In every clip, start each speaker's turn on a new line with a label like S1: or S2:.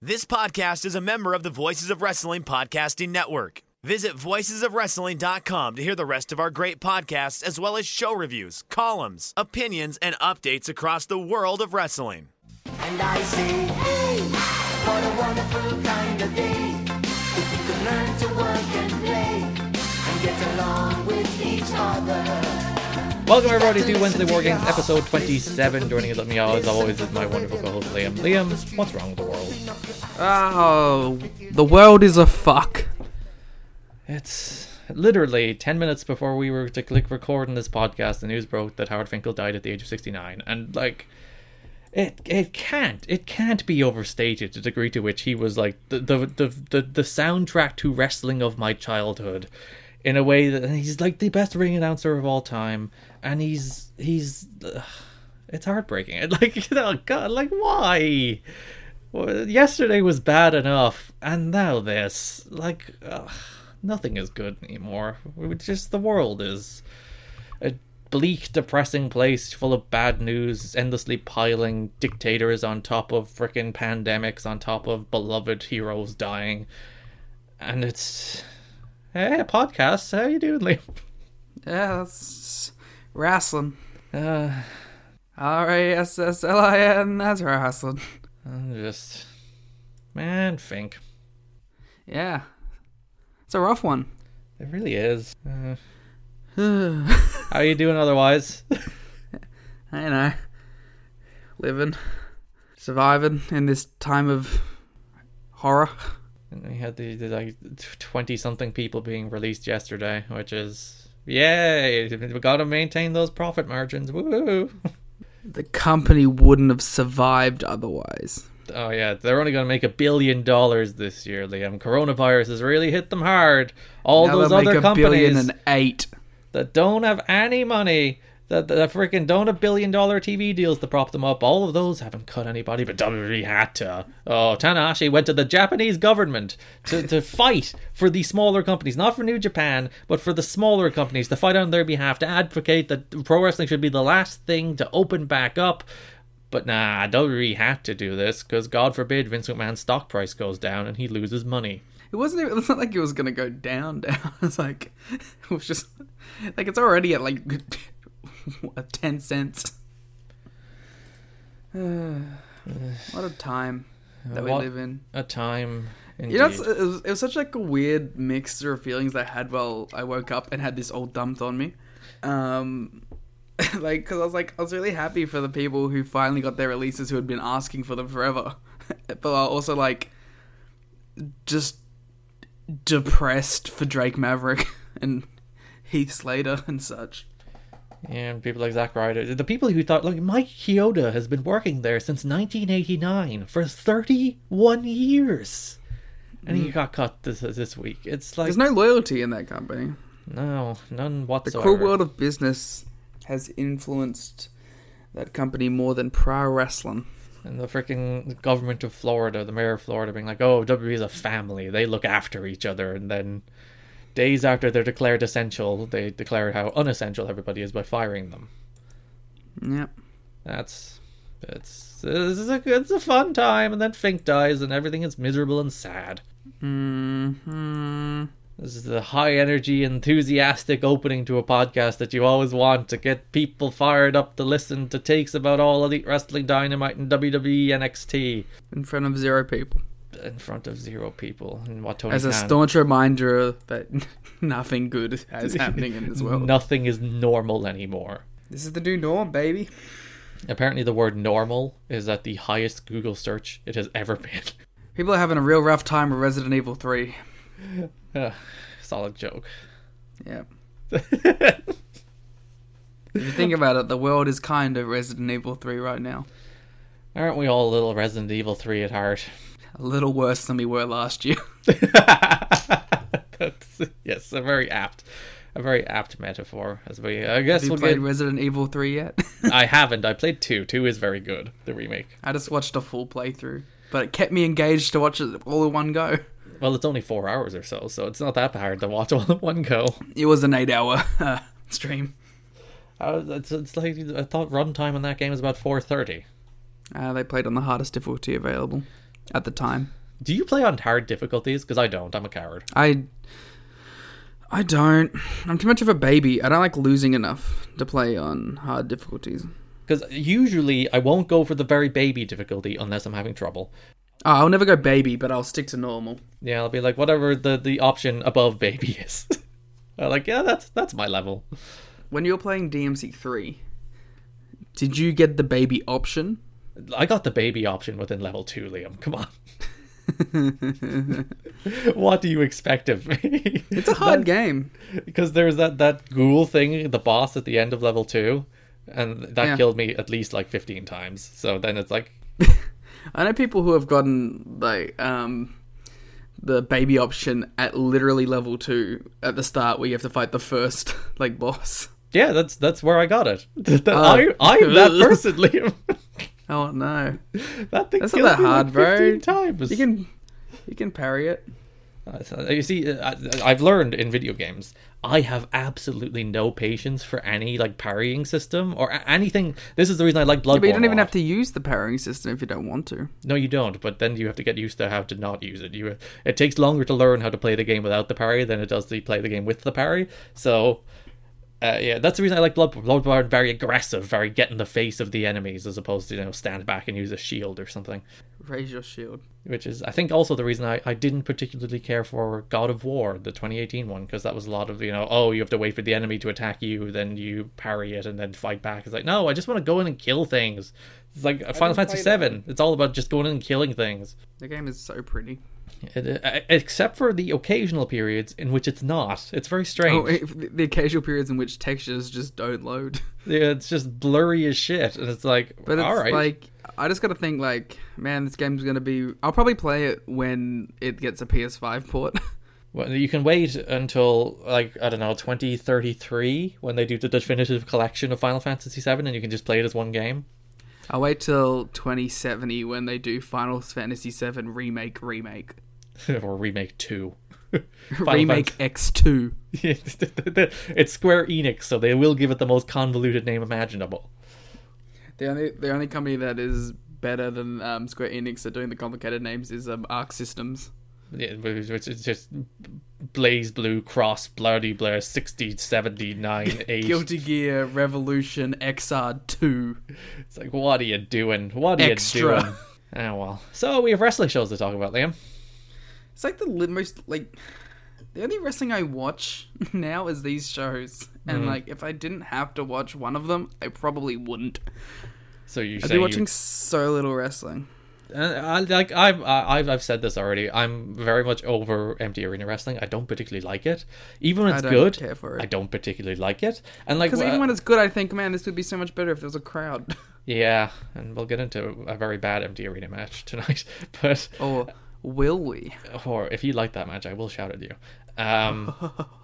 S1: This podcast is a member of the Voices of Wrestling Podcasting Network. Visit voicesofwrestling.com to hear the rest of our great podcasts, as well as show reviews, columns, opinions, and updates across the world of wrestling.
S2: And I say, hey, what a wonderful kind of day. If we could learn to work and play and get along with each other.
S3: Welcome everybody to Wednesday War Games episode 27. Joining us with me as always is my wonderful co-host Liam. Liam, what's wrong with the world?
S4: Oh, the world is a fuck.
S3: It's literally 10 minutes before we were to click record on this podcast, the news broke that Howard Finkel died at the age of 69. And like, it it can't it can't be overstated the degree to which he was like the the the the, the soundtrack to wrestling of my childhood in a way that and he's like the best ring announcer of all time and he's he's ugh, it's heartbreaking and like oh god like why Well, yesterday was bad enough and now this like ugh, nothing is good anymore it's just the world is a bleak, depressing place full of bad news, endlessly piling dictators on top of frickin' pandemics, on top of beloved heroes dying. And it's Hey podcast, how you doing, Liam?
S4: Yeah, that's wrestling.
S3: Uh,
S4: R A S S L I N. That's wrestling.
S3: I'm just man think.
S4: Yeah, it's a rough one.
S3: It really is. Uh, how you doing otherwise?
S4: I know. Living, surviving in this time of horror.
S3: And we had the, the like twenty something people being released yesterday, which is yay! We gotta maintain those profit margins. Woo!
S4: The company wouldn't have survived otherwise.
S3: Oh yeah, they're only gonna make a billion dollars this year, Liam. Coronavirus has really hit them hard. All
S4: now
S3: those
S4: they'll
S3: other
S4: make a billion
S3: companies
S4: and eight.
S3: that don't have any money. That, that freaking don't have billion dollar TV deals to prop them up. All of those haven't cut anybody, but WWE had to. Oh, Tanahashi went to the Japanese government to, to fight for the smaller companies, not for New Japan, but for the smaller companies to fight on their behalf, to advocate that pro wrestling should be the last thing to open back up. But nah, WWE had to do this because God forbid Vince McMahon's stock price goes down and he loses money.
S4: It wasn't. Even, it's not like it was gonna go down. Down. It's like it was just like it's already at like what, ten cents. what a time that we
S3: What
S4: live in.
S3: A time.
S4: You know, it's,
S3: indeed.
S4: it, was, it was such like a weird mixture of feelings that I had while I woke up and had this all dumped on me. Um, like, because I was like, I was really happy for the people who finally got their releases who had been asking for them forever, but I also like just depressed for Drake Maverick and Heath Slater and such.
S3: Yeah, and people like Zack Ryder, the people who thought like Mike Chioda has been working there since 1989 for 31 years, and he got cut this this week. It's like
S4: There's no loyalty in Mm. that company.
S3: no, none
S4: The
S3: whatsoever.
S4: cruel world of business has influenced that company more than prior wrestling.
S3: and the freaking government of Florida, the mayor of Florida, being like, "Oh, WWE is a family; they look after each other." And then days after they're declared essential, they declare how unessential everybody is by firing them.
S4: Yep.
S3: That's it's this is a it's a fun time, and then Fink dies, and everything is miserable and sad. Mm-hmm. This is the high energy, enthusiastic opening to a podcast that you always want to get people fired up to listen to E takes about all Elite Wrestling, Dynamite, and WWE NXT.
S4: in front of zero people.
S3: Uh, in front of zero people and what Tony
S4: As a
S3: Khan-
S4: staunch reminder that nothing good is happening in this world.
S3: nothing is normal anymore.
S4: This is the new norm, baby.
S3: Apparently, the word normal is at the highest Google search it has ever been.
S4: People are having a real rough time with Resident Evil 3.
S3: Ugh, Solid joke.
S4: Yeah. if you think about it, the world is kind of Resident Evil 3 right now.
S3: Aren't we all a little Resident Evil 3 at heart?
S4: A little worse than we were last year.
S3: That's, yes, a very apt, a very apt metaphor. As we, I guess
S4: Have you
S3: we'll
S4: played
S3: get.
S4: Resident Evil 3 yet?
S3: I haven't. I played two. Two is very good. The remake.
S4: I just watched a full playthrough, but it kept me engaged to watch it all in one go.
S3: Well, it's only four hours or so, so it's not that hard to watch all in one go.
S4: It was an eight-hour uh, stream.
S3: Uh, It's, it's like I thought runtime on that game was about four thirty.
S4: Uh, they played on the hardest difficulty available at the time.
S3: Do you play on hard difficulties? Because I don't. I'm a coward.
S4: I I don't. I'm too much of a baby. I don't like losing enough to play on hard difficulties.
S3: Because usually I won't go for the very baby difficulty unless I'm having trouble.
S4: Oh, I'll never go baby, but I'll stick to normal.
S3: Yeah, I'll be like whatever the the option above baby is. I'm like yeah, that's that's my level.
S4: When you were playing DMC three, did you get the baby option?
S3: I got the baby option within level two, Liam. Come on. what do you expect of me?
S4: It's a hard game.
S3: because there's that that ghoul thing, the boss at the end of level two, and that
S4: Yeah.
S3: killed me at least like fifteen times. So then it's like,
S4: I know people who have gotten like um the baby option at literally level two at the start where you have to fight the first like boss.
S3: yeah, that's that's where I got it.
S4: Uh,
S3: That- I I'm that person, Liam.
S4: Oh no.
S3: that thing
S4: That's not
S3: killed
S4: that
S3: me
S4: hard,
S3: like fifteen
S4: bro.
S3: times.
S4: You can you can parry it.
S3: Uh, so- You see, uh, I- I've learned in video games, I have absolutely no patience for any like parrying system or a- anything. This is the reason I like Bloodborne.
S4: But you don't
S3: a
S4: even
S3: lot.
S4: have to use the parrying system if you don't want to.
S3: No, you don't. But then you have to get used to how to not use it. You it takes longer to learn how to play the game without the parry than it does to play the game with the parry. So. Uh, yeah, that's the reason I like Blood- Bloodborne. Very aggressive, very get in the face of the enemies, as opposed to you know stand back and use a shield or something.
S4: Raise your shield.
S3: which is I think also the reason I, I didn't particularly care for God of War, the 2018 one, because that was a lot of you know oh you have to wait for the enemy to attack you, then you parry it and then fight back. It's like no, I just want to go in and kill things. It's like Final Fantasy Seven. It's all about just going in and killing things,
S4: The game is so pretty.
S3: It- uh, except for the occasional periods in which it's not. It's very strange.
S4: Oh, it, the occasional periods in which textures just don't load.
S3: Yeah, it's just blurry as shit, and it's like
S4: But it's
S3: all right,
S4: like I just gotta think like, man, this game's gonna be. I'll probably play it when it gets a PS5 port.
S3: Well, you can wait until like I don't know 2033 when they do the definitive collection of Final Fantasy VII, and you can just play it as one game.
S4: I'll wait till 2070 when they do Final Fantasy VII remake remake
S3: or remake two. Final
S4: remake X2.
S3: Fantasy- it's Square Enix, so they will give it the most convoluted name imaginable.
S4: The only the only company that is better than um, Square Enix at doing the complicated names is um, Arc Systems.
S3: Yeah, which which is just Blaze Blue Cross Bloody Blair 60 79 8.
S4: Guilty Gear Revolution XR2.
S3: It's like what are you doing? What are
S4: Extra.
S3: you doing? Oh well. So we have wrestling shows to talk about, Liam.
S4: It's like the li- most like the only wrestling I watch now is these shows, and like if I didn't have to watch one of them, I probably wouldn't.
S3: So you
S4: I've
S3: say
S4: been
S3: you-
S4: watching so little wrestling.
S3: And I, like I've, I- I've I've said this already. I'm very much over empty arena wrestling. I don't particularly like it. Even when
S4: I
S3: it's
S4: don't
S3: good,
S4: care for it.
S3: I don't particularly like it. And like,
S4: Because
S3: wha-
S4: even when it's good, I think, man, this would be so much better if there was a crowd.
S3: yeah, and we'll get into a very bad empty arena match tonight. But
S4: or will we?
S3: or if you like that match, I will shout at you. Um,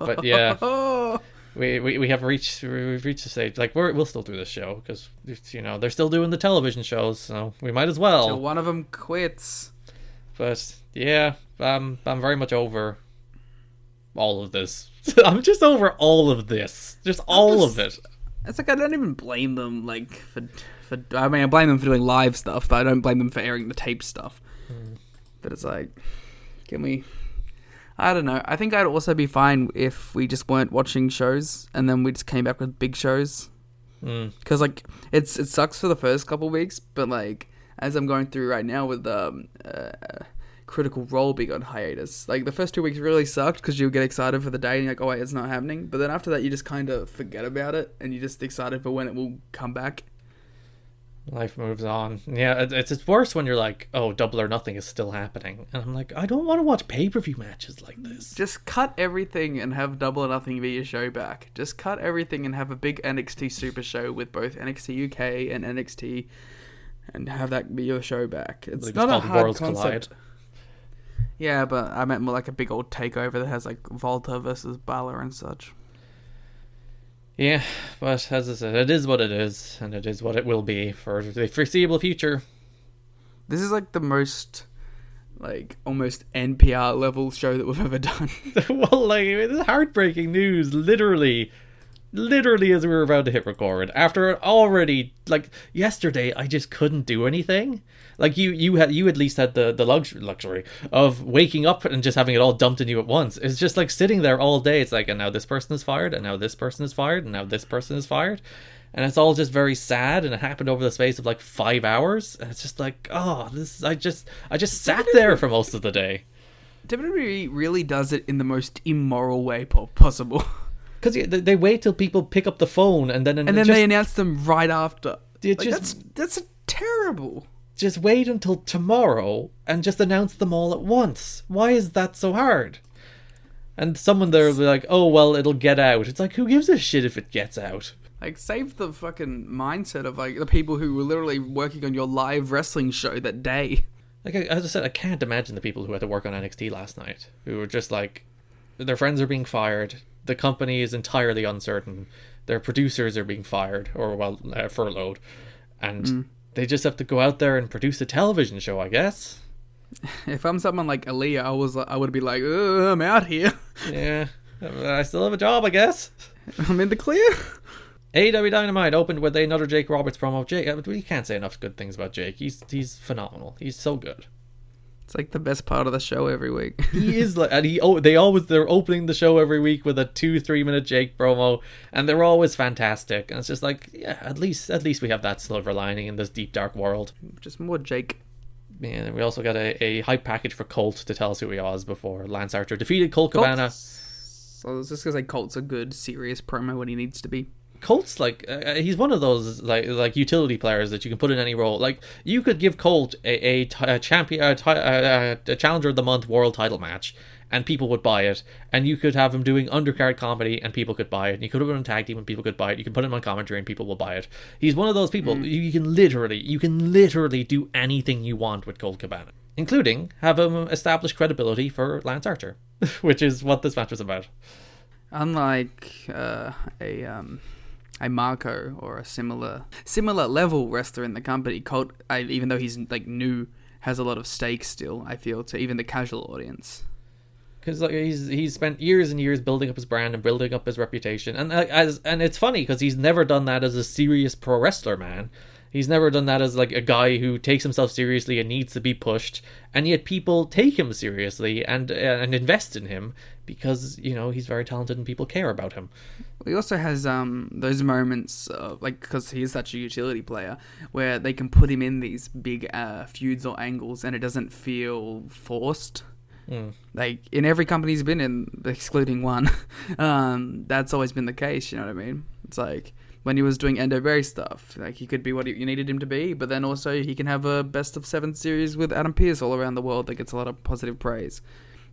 S3: but yeah,
S4: Oh,
S3: we, we, we have reached we've reached the stage. Like we're, we'll still do this show because you know they're still doing the television shows, so we might as well.
S4: till one of them quits.
S3: But yeah, um, I'm very much over all of this. I'm just over all of this, just all of it.
S4: It's like I don't even blame them. Like for, for I mean, I blame them for doing live stuff, but I don't blame them for airing the tape stuff. But it's like, can we? I don't know. I think I'd also be fine if we just weren't watching shows and then we just came back with big shows. Because like it's it sucks for the first couple weeks, but like as I'm going through right now with um, uh, Critical Role being on hiatus. Like the first two weeks really sucked because you get excited for the day and you're like, oh wait, it's not happening. But then after that, you just kind of forget about it and you're just excited for when it will come back.
S3: Life moves on. Yeah, it- it's it's worse when you're like, oh, double or nothing is still happening, and I'm like, I don't want to watch pay per view matches like this.
S4: Just cut everything and have Double or Nothing be your show back. Just cut everything and have a big NXT Super Show with both NXT UK and NXT, and have that be your show back. It's
S3: Like,
S4: not a
S3: called
S4: hard
S3: Collide.
S4: concept. Yeah, but I meant more like a big old takeover that has like Volta versus Balor and such.
S3: Yeah, but as I said, it is what it is, and it is what it will be for the foreseeable future.
S4: This is like the most, like almost NPR level show that we've ever done.
S3: well, like this is heartbreaking news. Literally, literally, as we were about to hit record, after it already like yesterday, I just couldn't do anything. Like you, you had you at least had the the luxury luxury of waking up and just having it all dumped in you at once. It's just like sitting there all day. It's like, and now this person is fired, and now this person is fired, and now this person is fired. And it's all just very sad, and it happened over the space of like five hours. And it's just like, oh, this. I just, I just sat there for most of the day.
S4: WWE E really does it in the most immoral way po- possible,
S3: Because they wait till people pick up the phone and then
S4: and then
S3: just,
S4: they announce them right after.
S3: It
S4: Like,
S3: just-
S4: that's that's terrible.
S3: just wait until tomorrow and just announce them all at once. Why is that so hard? And someone there will be like, "Oh well, it'll get out." It's like, who gives a shit if it gets out?
S4: Like save the fucking mindset of like the people who were literally working on your live wrestling show that day.
S3: Like I, as I said, I can't imagine the people who had to work on NXT last night who were just like, their friends are being fired, the company is entirely uncertain, their producers are being fired or well uh, furloughed, and
S4: Mm.
S3: they just have to go out there and produce a television show, I guess.
S4: If I'm someone like Aaliyah, I was I would be like, "Ugh, I'm out here.
S3: Yeah. I still have a job, I guess.
S4: I'm in the clear.
S3: AEW Dynamite opened with another Jake Roberts promo. Jake, uh, we can't say enough good things about Jake. He's he's phenomenal. He's so good.
S4: It's like the best part of the show every week.
S3: He is like, and he oh, they always they're opening the show every week with a two three minute Jake promo, and they're always fantastic. And it's just like, yeah, at least at least we have that silver lining in this deep dark world.
S4: Just more Jake.
S3: And we also got a, a hype package for Colt to tell us who he was before Lance Archer defeated Colt Cabana.
S4: So I was just gonna say Colt's a good serious promo when he needs to be.
S3: Colt's like uh, he's one of those like like utility players that you can put in any role. Like you could give Colt a, a, ti- a champion a, ti- a, a- a challenger of the month world title match, and people would buy it. And you could have him doing undercard comedy, and people could buy it. And you could put him on tag team, and people could buy it. You can put him on commentary, and people will buy it. He's one of those people you, you can literally you can literally do anything you want with Colt Cabana, including have him establish credibility for Lance Archer, which is what this match was about.
S4: Unlike uh, a um, a Marco or a similar similar level wrestler in the company, Colt, I, even though he's like new, has a lot of stakes still. I feel to even the casual audience.
S3: because like he's he's spent years and years building up his brand and building up his reputation, and uh, as and it's funny because he's never done that as a serious pro wrestler, man. He's never done that as like a guy who takes himself seriously and needs to be pushed, and yet people take him seriously and uh, and invest in him because you know he's very talented and people care about him.
S4: He also has um, those moments, of, like because he is such a utility player, where they can put him in these big uh, feuds or angles, and it doesn't feel forced. Like in every company he's been in, excluding one, um, that's always been the case. You know what I mean? It's like when he was doing Endo Berry stuff, like he could be what he, you needed him to be, but then also he can have a best of seven series with Adam Pearce all around the world that gets a lot of positive praise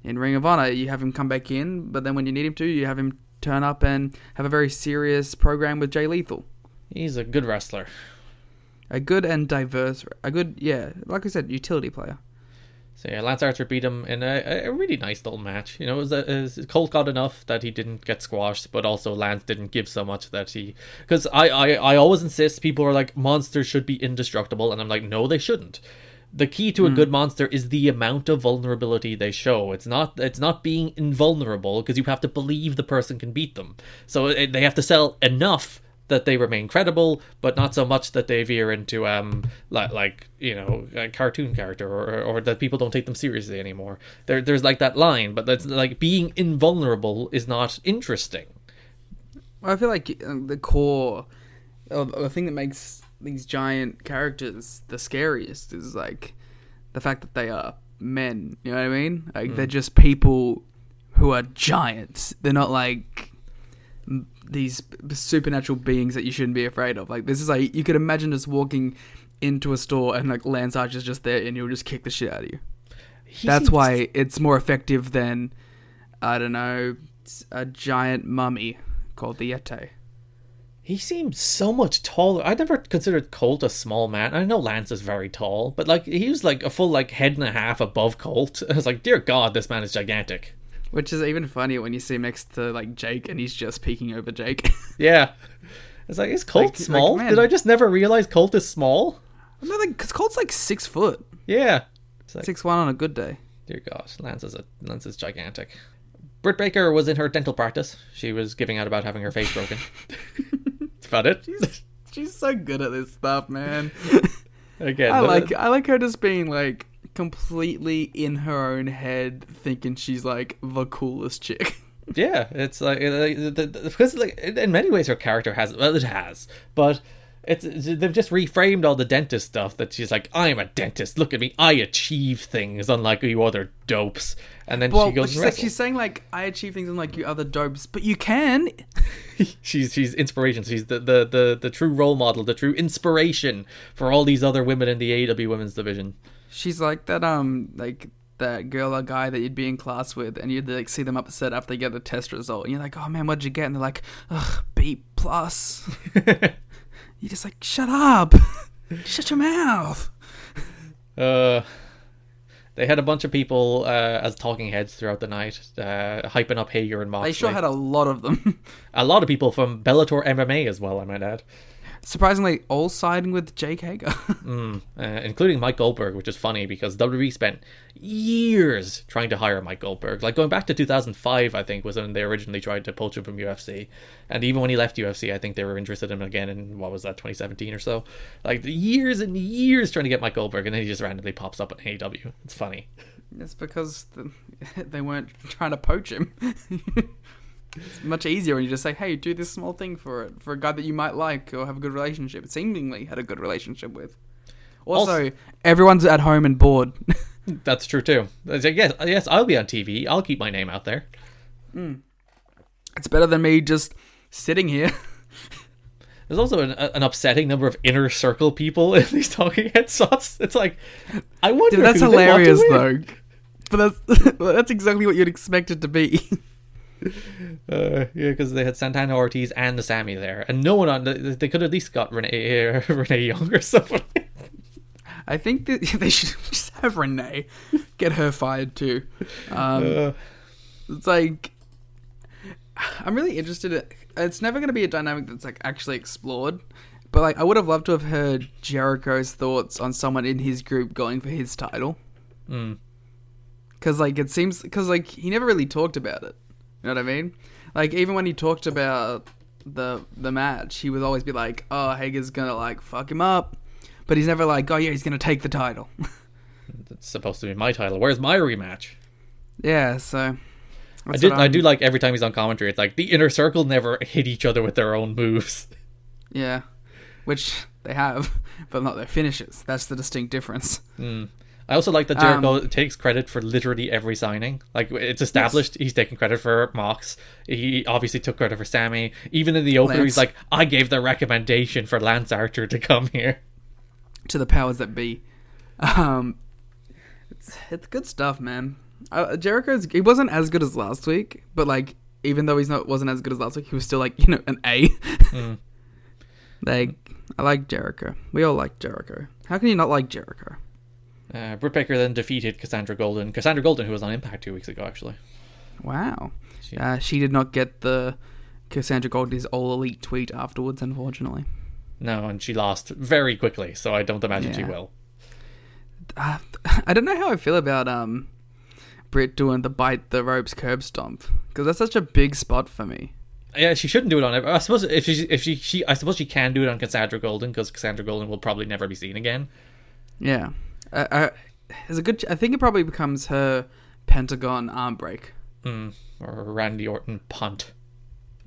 S4: in Ring of Honor, you have him come back in, but then when you need him to, you have him turn up and have a very serious program with Jay Lethal.
S3: He's a good wrestler.
S4: A good and diverse, a good, yeah, like I said, utility player.
S3: So yeah, Lance Archer beat him in a, a really nice little match. You know, it was, a, it was- Colt got enough that he didn't get squashed, but also Lance didn't give so much that he. Because I, I, I always insist people are like monsters should be indestructible, and I'm like no they shouldn't. The key to a good monster is the amount of vulnerability they show. It's not it's not being invulnerable because you have to believe the person can beat them. So it, they have to sell enough that they remain credible, but not so much that they veer into um like like you know a cartoon character or, or that people don't take them seriously anymore. There there's like that line, but that's like being invulnerable is not interesting.
S4: Well, I feel like uh, the core, of the thing that makes these giant characters the scariest is like the fact that they are men. You know what I mean? Like they're just people who are giants. They're not like m- these b- supernatural beings that you shouldn't be afraid of. Like this is like you could imagine just walking into a store and like Lance Archer's just there and he'll just kick the shit out of you.
S3: He
S4: That's
S3: seems-
S4: why it's more effective than I don't know a giant mummy called the Yeti.
S3: He seems so much taller. I never considered Colt a small man. I know Lance is very tall, but like he was like a full like head and a half above Colt. I was like, dear God, this man is gigantic.
S4: Which is even funnier when you see him next to like Jake and he's just peeking over Jake.
S3: Yeah, it's like is Colt
S4: Like- like,
S3: small?
S4: man.
S3: Did I just never realize Colt is small?
S4: I'm not like because Colt's like six foot,
S3: Yeah. It's like,
S4: six one on a good day.
S3: Dear God, Lance is a Lance is gigantic. Britt Baker was in her dental practice. She was giving out about having her face broken. That's about it.
S4: She's so good at this stuff, man.
S3: Again,
S4: I
S3: the-
S4: like I like her just being like completely in her own head, thinking she's like the coolest chick.
S3: Yeah, it's like uh, the- the- because like in in many ways her character has well it has, but it's they've just reframed all the dentist stuff that she's like I'm a dentist. Look at me, I achieve things unlike you other dopes. And then
S4: Well,
S3: she goes
S4: she's
S3: and
S4: like
S3: wrestles.
S4: she's saying like I achieve things unlike you other dopes, but you can.
S3: she's she's inspiration. She's the, the the the true role model, the true inspiration for all these other women in the AEW women's division.
S4: She's like that um like that girl or guy that you'd be in class with, and you'd like see them upset after they get a test result, and you're like, oh man, what'd you get? And they're like, ugh, B plus. you're just like, shut up, shut your mouth.
S3: Uh, they had a bunch of people uh, as talking heads throughout the night, uh, hyping up Hager and Moxley.
S4: They sure had a lot of them.
S3: a lot of people from Bellator MMA as well, I might add,
S4: Surprisingly, all siding with Jake Hager.
S3: uh, including Mike Goldberg, which is funny because WWE spent years trying to hire Mike Goldberg. Like going back to 2005, I think was when they originally tried to poach him from UFC, and even when he left UFC, I think they were interested in him again in what was that 2017 or so. Like years and years trying to get Mike Goldberg, and then he just randomly pops up on AEW. It's funny.
S4: it's because the, they weren't trying to poach him. it's much easier when you just say, hey, do this small thing for it, for a guy that you might like or have a good relationship, seemingly had a good relationship with. Also,
S3: Also-
S4: everyone's at home and bored.
S3: That's true too. It's like, yes, yes, I'll be on TV. I'll keep my name out there.
S4: it's better than me just sitting here.
S3: There's also an, an upsetting number of inner circle people in these talking head slots. It's like, I wonder.
S4: Dude, that's
S3: who they want to
S4: hilarious,
S3: win.
S4: though. But that's, that's exactly what you'd expect it to be.
S3: Uh, yeah, because they had Santana Ortiz and the Sammy there, and no one on. They, they could at least got Renee uh, Renee Young or someone.
S4: I think that they should just have Renee get her fired too. Um, It's like I'm really interested. In, it's never going to be a dynamic that's like actually explored. But like, I would have loved to have heard Jericho's thoughts on someone in his group going for his title. Because like it seems, because like he never really talked about it. You know what I mean? Like even when he talked about the the match, he would always be like, "Oh, Hager's gonna like fuck him up," but he's never like, "Oh yeah, he's gonna take the title."
S3: That's supposed to be my title. Where's my rematch?
S4: yeah, so
S3: I do. I do like every time he's on commentary. It's like the inner circle never hit each other with their own moves.
S4: Yeah, which they have, but not their finishes. That's the distinct difference.
S3: I also like that Jericho takes credit for literally every signing. Like it's established, he's taking credit for Mox. He obviously took credit for Sammy. Even in the opener, he's
S4: Lance.
S3: like, "I gave the recommendation for Lance Archer to come here."
S4: to the powers that be. Um, it's it's good stuff, man. Uh, Jericho's he wasn't as good as last week, but like even though he's not wasn't as good as last week, he was still like you know an A.
S3: Mm.
S4: Like I like Jericho. We all like Jericho. How can you not like Jericho?
S3: Uh, Britt Baker then defeated Cassandra Golden. Cassandra Golden, who was on Impact two weeks ago, actually.
S4: Wow. uh, she did not get the Cassandra Golden's all elite tweet afterwards, unfortunately.
S3: No, and she lost very quickly, so I don't imagine she
S4: Yeah.
S3: will.
S4: Uh, I don't know how I feel about um Britt doing the bite the ropes curb stomp because that's such a big spot for me.
S3: Yeah, she shouldn't do it on. I suppose if she, if she, she, I suppose she can do it on Cassandra Golden because Cassandra Golden will probably never be seen again.
S4: Yeah, uh, uh, there's a good. I think it probably becomes her Pentagon arm break.
S3: Or Randy Orton punt.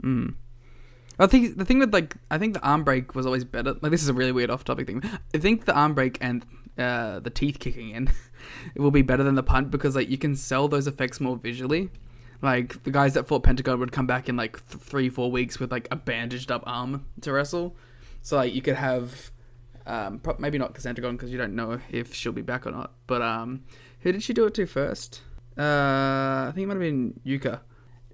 S4: I think the thing with like I think the arm break was always better. Like this is a really weird off topic thing. I think the arm break and uh, the teeth kicking in, it will be better than the punt because like you can sell those effects more visually. Like the guys that fought Pentagon would come back in like th- three, four weeks with like a bandaged up arm to wrestle. So like you could have, um, pro- maybe not Cassandragon because you don't know if she'll be back or not. But um, who did she do it to first? Uh, I think it might have been Yuka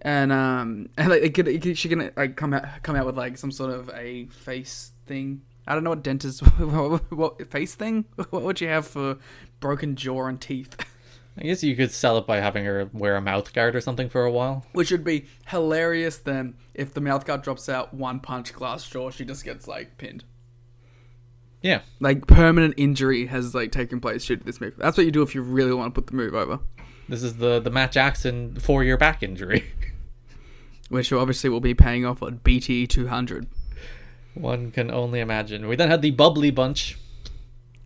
S4: and um, and like it could, it could- she can like come out come out with like some sort of a face thing. I don't know what dentist what, what face thing. What would you have for broken jaw and teeth?
S3: I guess you could sell it by having her wear a mouth guard or something for a while.
S4: Which would be hilarious then if the mouth guard drops out, one punch, glass jaw, she just gets like pinned.
S3: Yeah.
S4: Like permanent injury has like taken place due to this move. That's what you do if you really want to put the move over.
S3: This is the the Matt Jackson four year back injury.
S4: Which obviously will be paying off on BT two hundred.
S3: One can only imagine. We then had the bubbly bunch,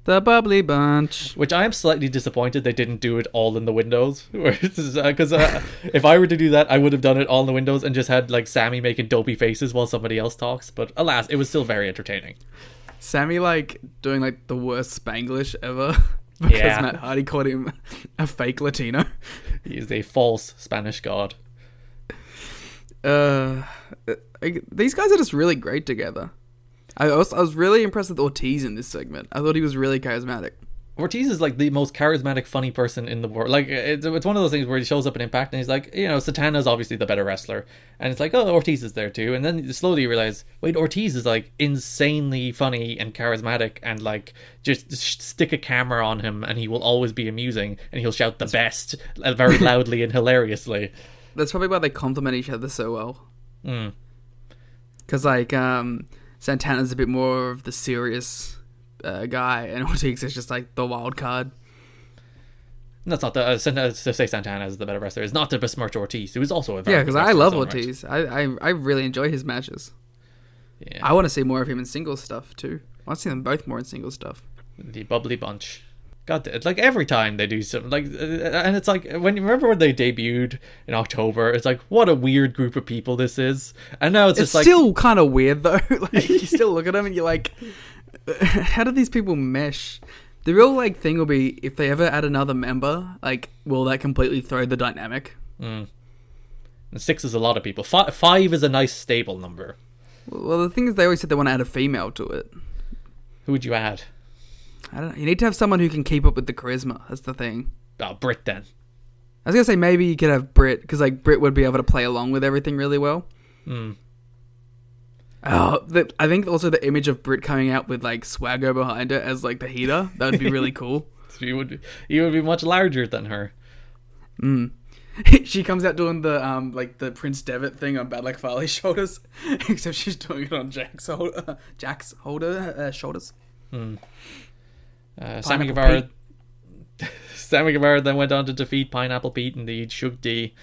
S4: The bubbly bunch.
S3: which I am slightly disappointed they didn't do it all in the windows. Because uh, if I were to do that, I would have done it all in the windows and just had like Sammy making dopey faces while somebody else talks. But alas, it was still very entertaining.
S4: Sammy like doing like the worst Spanglish ever because
S3: Yeah.
S4: Matt Hardy called him a fake Latino.
S3: He is a false Spanish god.
S4: Uh, I- these guys are just really great together. I was I was really impressed with Ortiz in this segment. I thought he was really charismatic.
S3: Ortiz is like the most charismatic, funny person in the world. Like it's, it's one of those things where he shows up in Impact and he's like, you know, Satana's obviously the better wrestler, and it's like, oh, Ortiz is there too. And then you slowly you realize, wait, Ortiz is like insanely funny and charismatic, and like just, just stick a camera on him and he will always be amusing and he'll shout the best uh, very loudly and hilariously.
S4: That's probably why they complement each other so well.
S3: Mm.
S4: Because like um, Santana's a bit more of the serious uh, guy, and Ortiz is just like the wild card.
S3: And that's not the uh, San- uh, to say Santana is the better wrestler is not to besmirch Ortiz, who is also a very
S4: Yeah,
S3: good
S4: because I
S3: wrestler in
S4: love
S3: his own right.
S4: Ortiz. I, I I really enjoy his matches.
S3: Yeah.
S4: I want to see more of him in singles stuff too. I want to see them both more in singles stuff.
S3: the bubbly bunch. God, it's like every time they do something like, uh, and it's like when you remember when they debuted in October, it's like what a weird group of people this is, and now it's,
S4: It's,
S3: just like
S4: still kind of weird though. like you still look at them and you're like, how do these people mesh? The real like thing will be if they ever add another member, like will that completely throw the dynamic?
S3: six is a lot of people. Five, five is a nice stable number.
S4: Well, the thing is, they always said they want to add a female to it.
S3: Who would you add?
S4: I don't. You need to have someone who can keep up with the charisma. That's the thing.
S3: Oh, Brit then.
S4: I was gonna say maybe you could have Brit because like Brit would be able to play along with everything really well. Oh, the, I think also the image of Brit coming out with like swagger behind it as like the heater that would be really cool.
S3: He would he would be much larger than her.
S4: she comes out doing the um like the Prince Devitt thing on Bad Luck Farley's shoulders, except she's doing it on Jack's holder, Jack's holder uh, shoulders.
S3: Uh, Sammy
S4: Pineapple
S3: Guevara. Sammy Guevara then went on to defeat Pineapple Pete and the Shug D.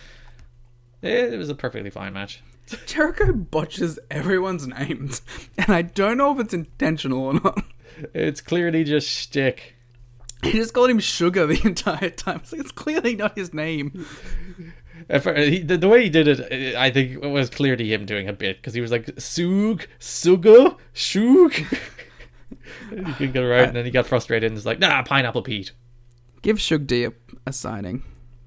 S3: It was a perfectly fine match.
S4: Jericho botches everyone's names, and I don't know if it's intentional or not.
S3: It's clearly just shtick.
S4: He just called him Sugar the entire time. It's, like, it's clearly not his name.
S3: At fir- he, the, the way he did it, uh, I think, it was clearly him doing a bit because he was like "sug, suga, shug." he couldn't get it right, and then he got frustrated and was like, "Nah, pineapple Pete."
S4: Give Sugar D a, a signing.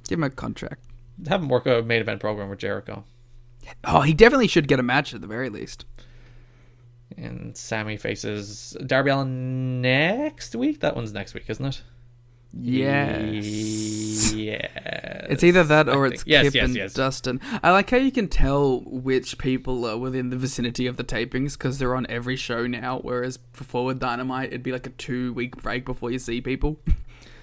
S4: Give him a contract.
S3: Have him work a main event program with Jericho,
S4: Oh, he definitely should get a match at the very least.
S3: and Sammy faces Darby Allen next week. That one's next week, isn't it?
S4: Yes.
S3: Yeah.
S4: It's either that
S3: I
S4: or
S3: think-
S4: it's
S3: yes,
S4: Kip
S3: yes,
S4: and
S3: yes.
S4: Dustin. I like how you can tell which people are within the vicinity of the tapings because they're on every show now. Whereas for Forward Dynamite, it'd be like a two week break before you see people.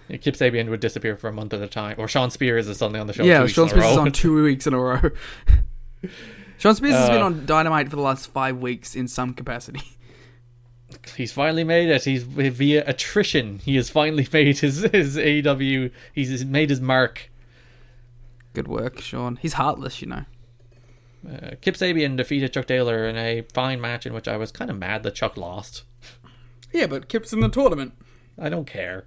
S3: Kip Sabian would disappear for a month at a time, or Sean Spears is suddenly on the show. two
S4: yeah,
S3: weeks
S4: Sean
S3: in a
S4: Spears is
S3: row.
S4: on two weeks in a row. Sean Spears has been
S3: Uh,
S4: on Dynamite for the last five weeks in some capacity.
S3: He's finally made it. He's via attrition. He has finally made his his AEW. He's made his mark.
S4: Good work, Sean. He's heartless, you know.
S3: Uh, Kip Sabian defeated Chuck Taylor in a fine match in which I was kind of mad that Chuck lost.
S4: Yeah, but Kip's in the tournament.
S3: I don't care.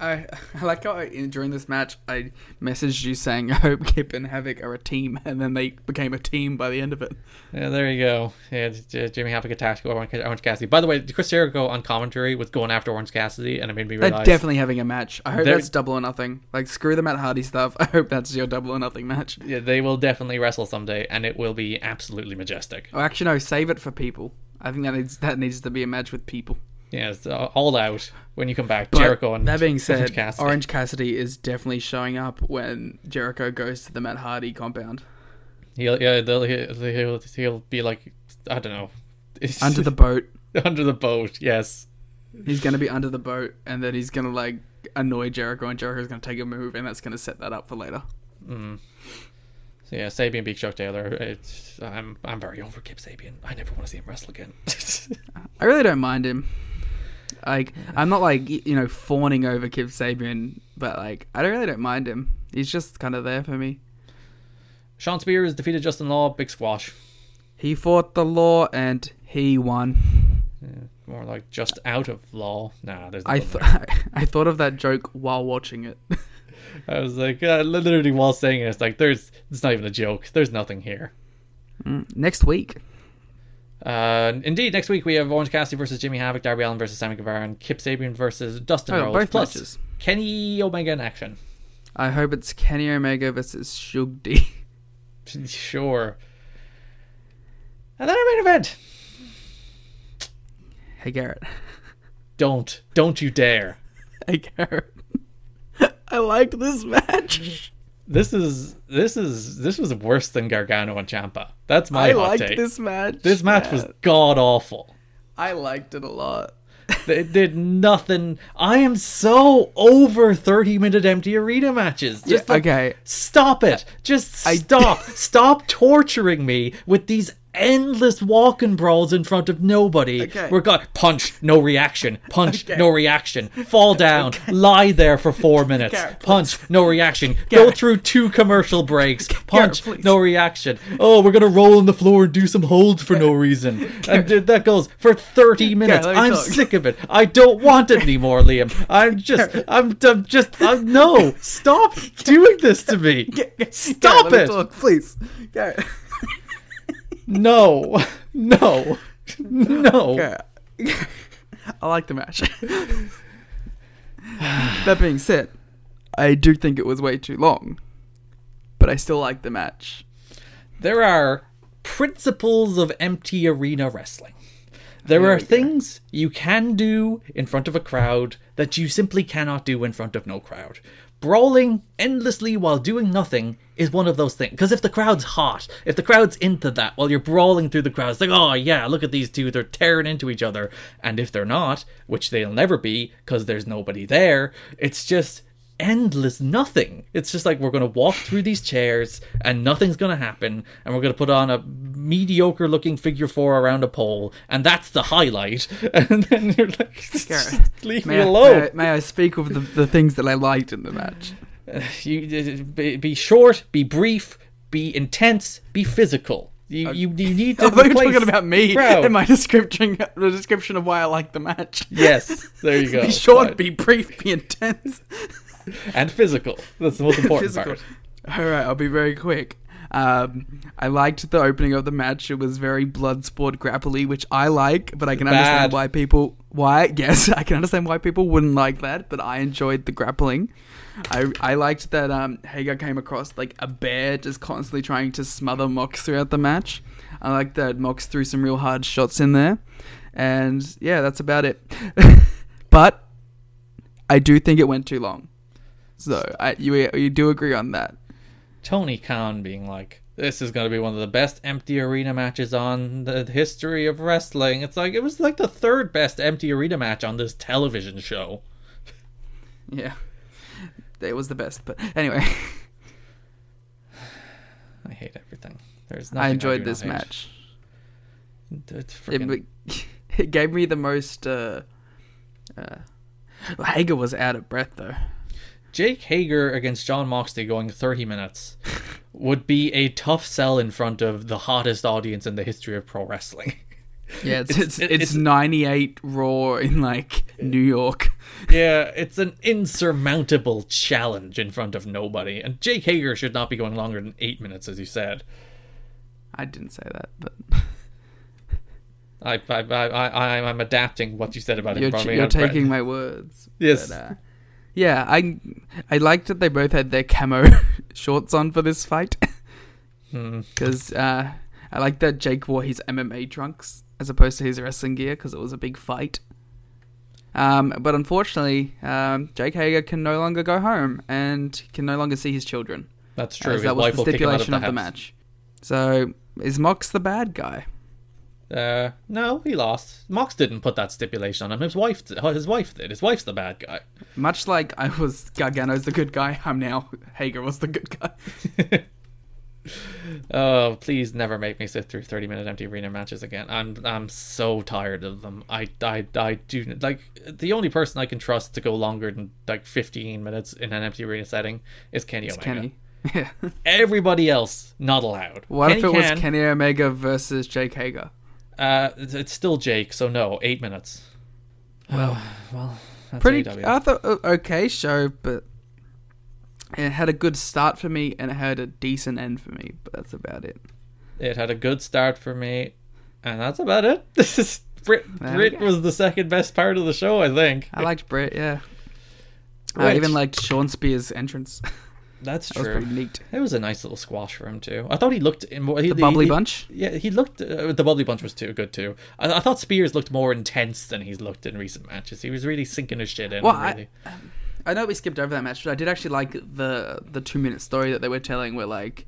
S4: I, I like how I, during this match I messaged you saying I hope Kip and Havoc are a team, and then they became a team by the end of it.
S3: Yeah, there you go. Yeah, it's, uh, Jimmy Havoc attacked Orange Orange Cassidy. By the way, Chris Jericho on commentary was going after Orange Cassidy, and it made me
S4: They're
S3: realize
S4: definitely having a match. I hope
S3: They're-
S4: that's double or nothing. Like screw the Matt Hardy stuff. I hope that's your double or nothing match.
S3: yeah, they will definitely wrestle someday, and it will be absolutely majestic.
S4: Oh, actually, no, save it for people. I think that needs that needs to be a match with people.
S3: Yeah, it's uh, all out when you come back.
S4: But
S3: Jericho and
S4: that being said,
S3: Orange Cassidy.
S4: Orange Cassidy is definitely showing up when Jericho goes to the Matt Hardy compound
S3: He'll yeah they'll, he'll he'll he'll be like I don't know
S4: under the boat.
S3: under the boat. Yes,
S4: He's gonna be under the boat, and then he's gonna like annoy Jericho, and Jericho's gonna take a move, and that's gonna set that up for later.
S3: so yeah. Sabian beat Chuck Taylor. It's, I'm I'm very over Kip Sabian. I never want to see him wrestle again.
S4: I really don't mind him. Like I'm not like y- you know fawning over Kip Sabian, but like I don't really don't mind him. He's just kind of there for me.
S3: Sean Spears defeated Justin Law. Big squash.
S4: He fought the law and he won.
S3: More like just out of law. Nah, there's.
S4: I
S3: nothing
S4: th-
S3: there.
S4: I thought of that joke while watching it.
S3: I was like, uh, literally while saying it, it's like there's. It's not even a joke. There's nothing here.
S4: Next week,
S3: Uh, indeed, next week we have Orange Cassidy versus Jimmy Havoc, Darby Allen versus Sammy Guevara, and Kip Sabian versus Dustin
S4: Oh,
S3: Rhodes.
S4: both
S3: plus
S4: matches.
S3: Kenny Omega in action.
S4: I hope it's Kenny Omega versus Shug D.
S3: sure. And then our main event.
S4: hey Garrett.
S3: Don't, don't you dare.
S4: Hey Garrett. I liked this match.
S3: This is this is this was worse than Gargano and Champa. That's my
S4: I
S3: hot
S4: liked
S3: take.
S4: this match.
S3: This match was
S4: man.
S3: god awful.
S4: I liked it a lot.
S3: They did nothing. I am so over thirty minute empty arena matches. Just
S4: Yeah,
S3: like,
S4: okay.
S3: Stop it. Just
S4: I-
S3: stop. stop torturing me with these endless walking brawls in front of nobody.
S4: Okay.
S3: We're got punch, no reaction. Punch,
S4: Okay.
S3: no reaction. Fall down. Lie there for four minutes.
S4: Garrett,
S3: punch, no reaction. Go
S4: Garrett.
S3: through two commercial breaks. Punch,
S4: please.
S3: no reaction. Oh, we're gonna roll on the floor and do some holds for no reason. And th- that goes for thirty minutes.
S4: let me
S3: I'm
S4: talk.
S3: sick of it. I don't want it anymore, Liam. I'm just, I'm, I'm just, I'm, no. Stop doing this to me. Stop
S4: Garrett, let me
S3: it.
S4: talk, please. Garrett.
S3: No, no, no.
S4: Garrett. I like the match. that being said, I do think it was way too long, but I still like the match.
S3: There are principles of empty arena wrestling. There are things you can do in front of a crowd that you simply cannot do in front of no crowd. Brawling endlessly while doing nothing is one of those things. Because if the crowd's hot, if the crowd's into that while you're brawling through the crowd, it's like, oh yeah, look at these two, they're tearing into each other. And if they're not, which they'll never be because there's nobody there, it's just endless nothing. It's just like we're going to walk through these chairs and nothing's going to happen and we're going to put on a mediocre looking figure four around a pole and that's the highlight. And then you're like, just
S4: Gareth,
S3: leave
S4: May
S3: me
S4: I,
S3: alone.
S4: may I- may I speak of the, the things that I liked in the match?
S3: You, be, be short, be brief, be intense, be physical. You, you, you need to
S4: Uh, I thought you were
S3: replace
S4: talking about me
S3: crowd.
S4: in my description, the description of why I like the match.
S3: Yes, there you go.
S4: Be short,
S3: Right.
S4: be brief, be intense.
S3: and physical. That's the most important
S4: Physical.
S3: part.
S4: All right, I'll be very quick. Um, I liked the opening of the match. It was very blood sport grapply, which I like, but I can
S3: Bad.
S4: understand why people why yes, I can understand why people wouldn't like that. But I enjoyed the grappling. I I liked that um, Hager came across like a bear just constantly trying to smother Mox throughout the match. I like that Mox threw some real hard shots in there, and yeah, that's about it. but I do think it went too long. So I, you you do agree on that?
S3: Tony Khan being like, "This is going to be one of the best empty arena matches on the history of wrestling." It's like it was like the third best empty arena match on this television show.
S4: Yeah. It was the best, but anyway,
S3: I hate everything. There's nothing
S4: I enjoyed
S3: do
S4: this
S3: not hate.
S4: match.
S3: It's
S4: It,
S3: freaking-
S4: it gave me the most. Uh, uh, Hager was out of breath though.
S3: Jake Hager against John Moxley going 30 minutes would be a tough sell in front of the hottest audience in the history of pro wrestling.
S4: Yeah, it's it's,
S3: it-
S4: it's
S3: it's-
S4: 98 raw in like New York.
S3: Yeah, it's an insurmountable challenge in front of nobody, and Jake Hager should not be going longer than eight minutes, as you said.
S4: I didn't say that, but
S3: I, I, I, I, I'm adapting what you said about him.
S4: you're,
S3: probably
S4: you're
S3: on Brett.
S4: taking my words.
S3: Yes.
S4: But, uh, yeah, I I liked that they both had their camo shorts on for this fight
S3: Hmm.
S4: because uh, I like that Jake wore his MMA trunks as opposed to his wrestling gear because it was a big fight. Um, but unfortunately, um, Jake Hager can no longer go home and can no longer see his children.
S3: That's true.
S4: as
S3: His
S4: that was
S3: wife
S4: the
S3: will kick him out
S4: stipulation of the,
S3: house.
S4: match. So is Mox the bad guy?
S3: Uh, no, he lost. Mox didn't put that stipulation on him. His wife, uh, his wife did. His wife's the bad guy.
S4: Much like I was Gargano's the good guy, I'm now Hager was the good guy.
S3: Oh, please never make me sit through thirty-minute empty arena matches again. I'm I'm so tired of them. I I I do like the only person I can trust to go longer than like fifteen minutes in an empty arena setting is Kenny Omega.
S4: Kenny. Yeah.
S3: Everybody else not allowed.
S4: What if it
S3: Kenny
S4: was
S3: can.
S4: Kenny Omega versus Jake Hager?
S3: Uh, it's it's still Jake, so no, eight minutes.
S4: Oh,
S3: Well, well, that's
S4: Pretty,
S3: AEW.
S4: I thought uh, okay show, but it had a good start for me and it had a decent end for me, but that's about it.
S3: It had a good start for me, and that's about it. This is Brit.
S4: There we
S3: Brit
S4: go.
S3: was the second best part of the show, I think.
S4: I liked Brett, yeah. I
S3: Which-
S4: even liked Sean Spears' entrance.
S3: That's
S4: that was
S3: true.
S4: pretty neat.
S3: It was a nice little squash for him too. I thought he looked in more. He,
S4: The bubbly
S3: he-
S4: bunch?
S3: Yeah, he looked. Uh, the bubbly bunch was too good too. I, I thought Spears looked more intense than he's looked in recent matches. He was really sinking his shit in.
S4: Well, I- um,
S3: really.
S4: I know we skipped over that match, but I did actually like the the two minute story that they were telling, where like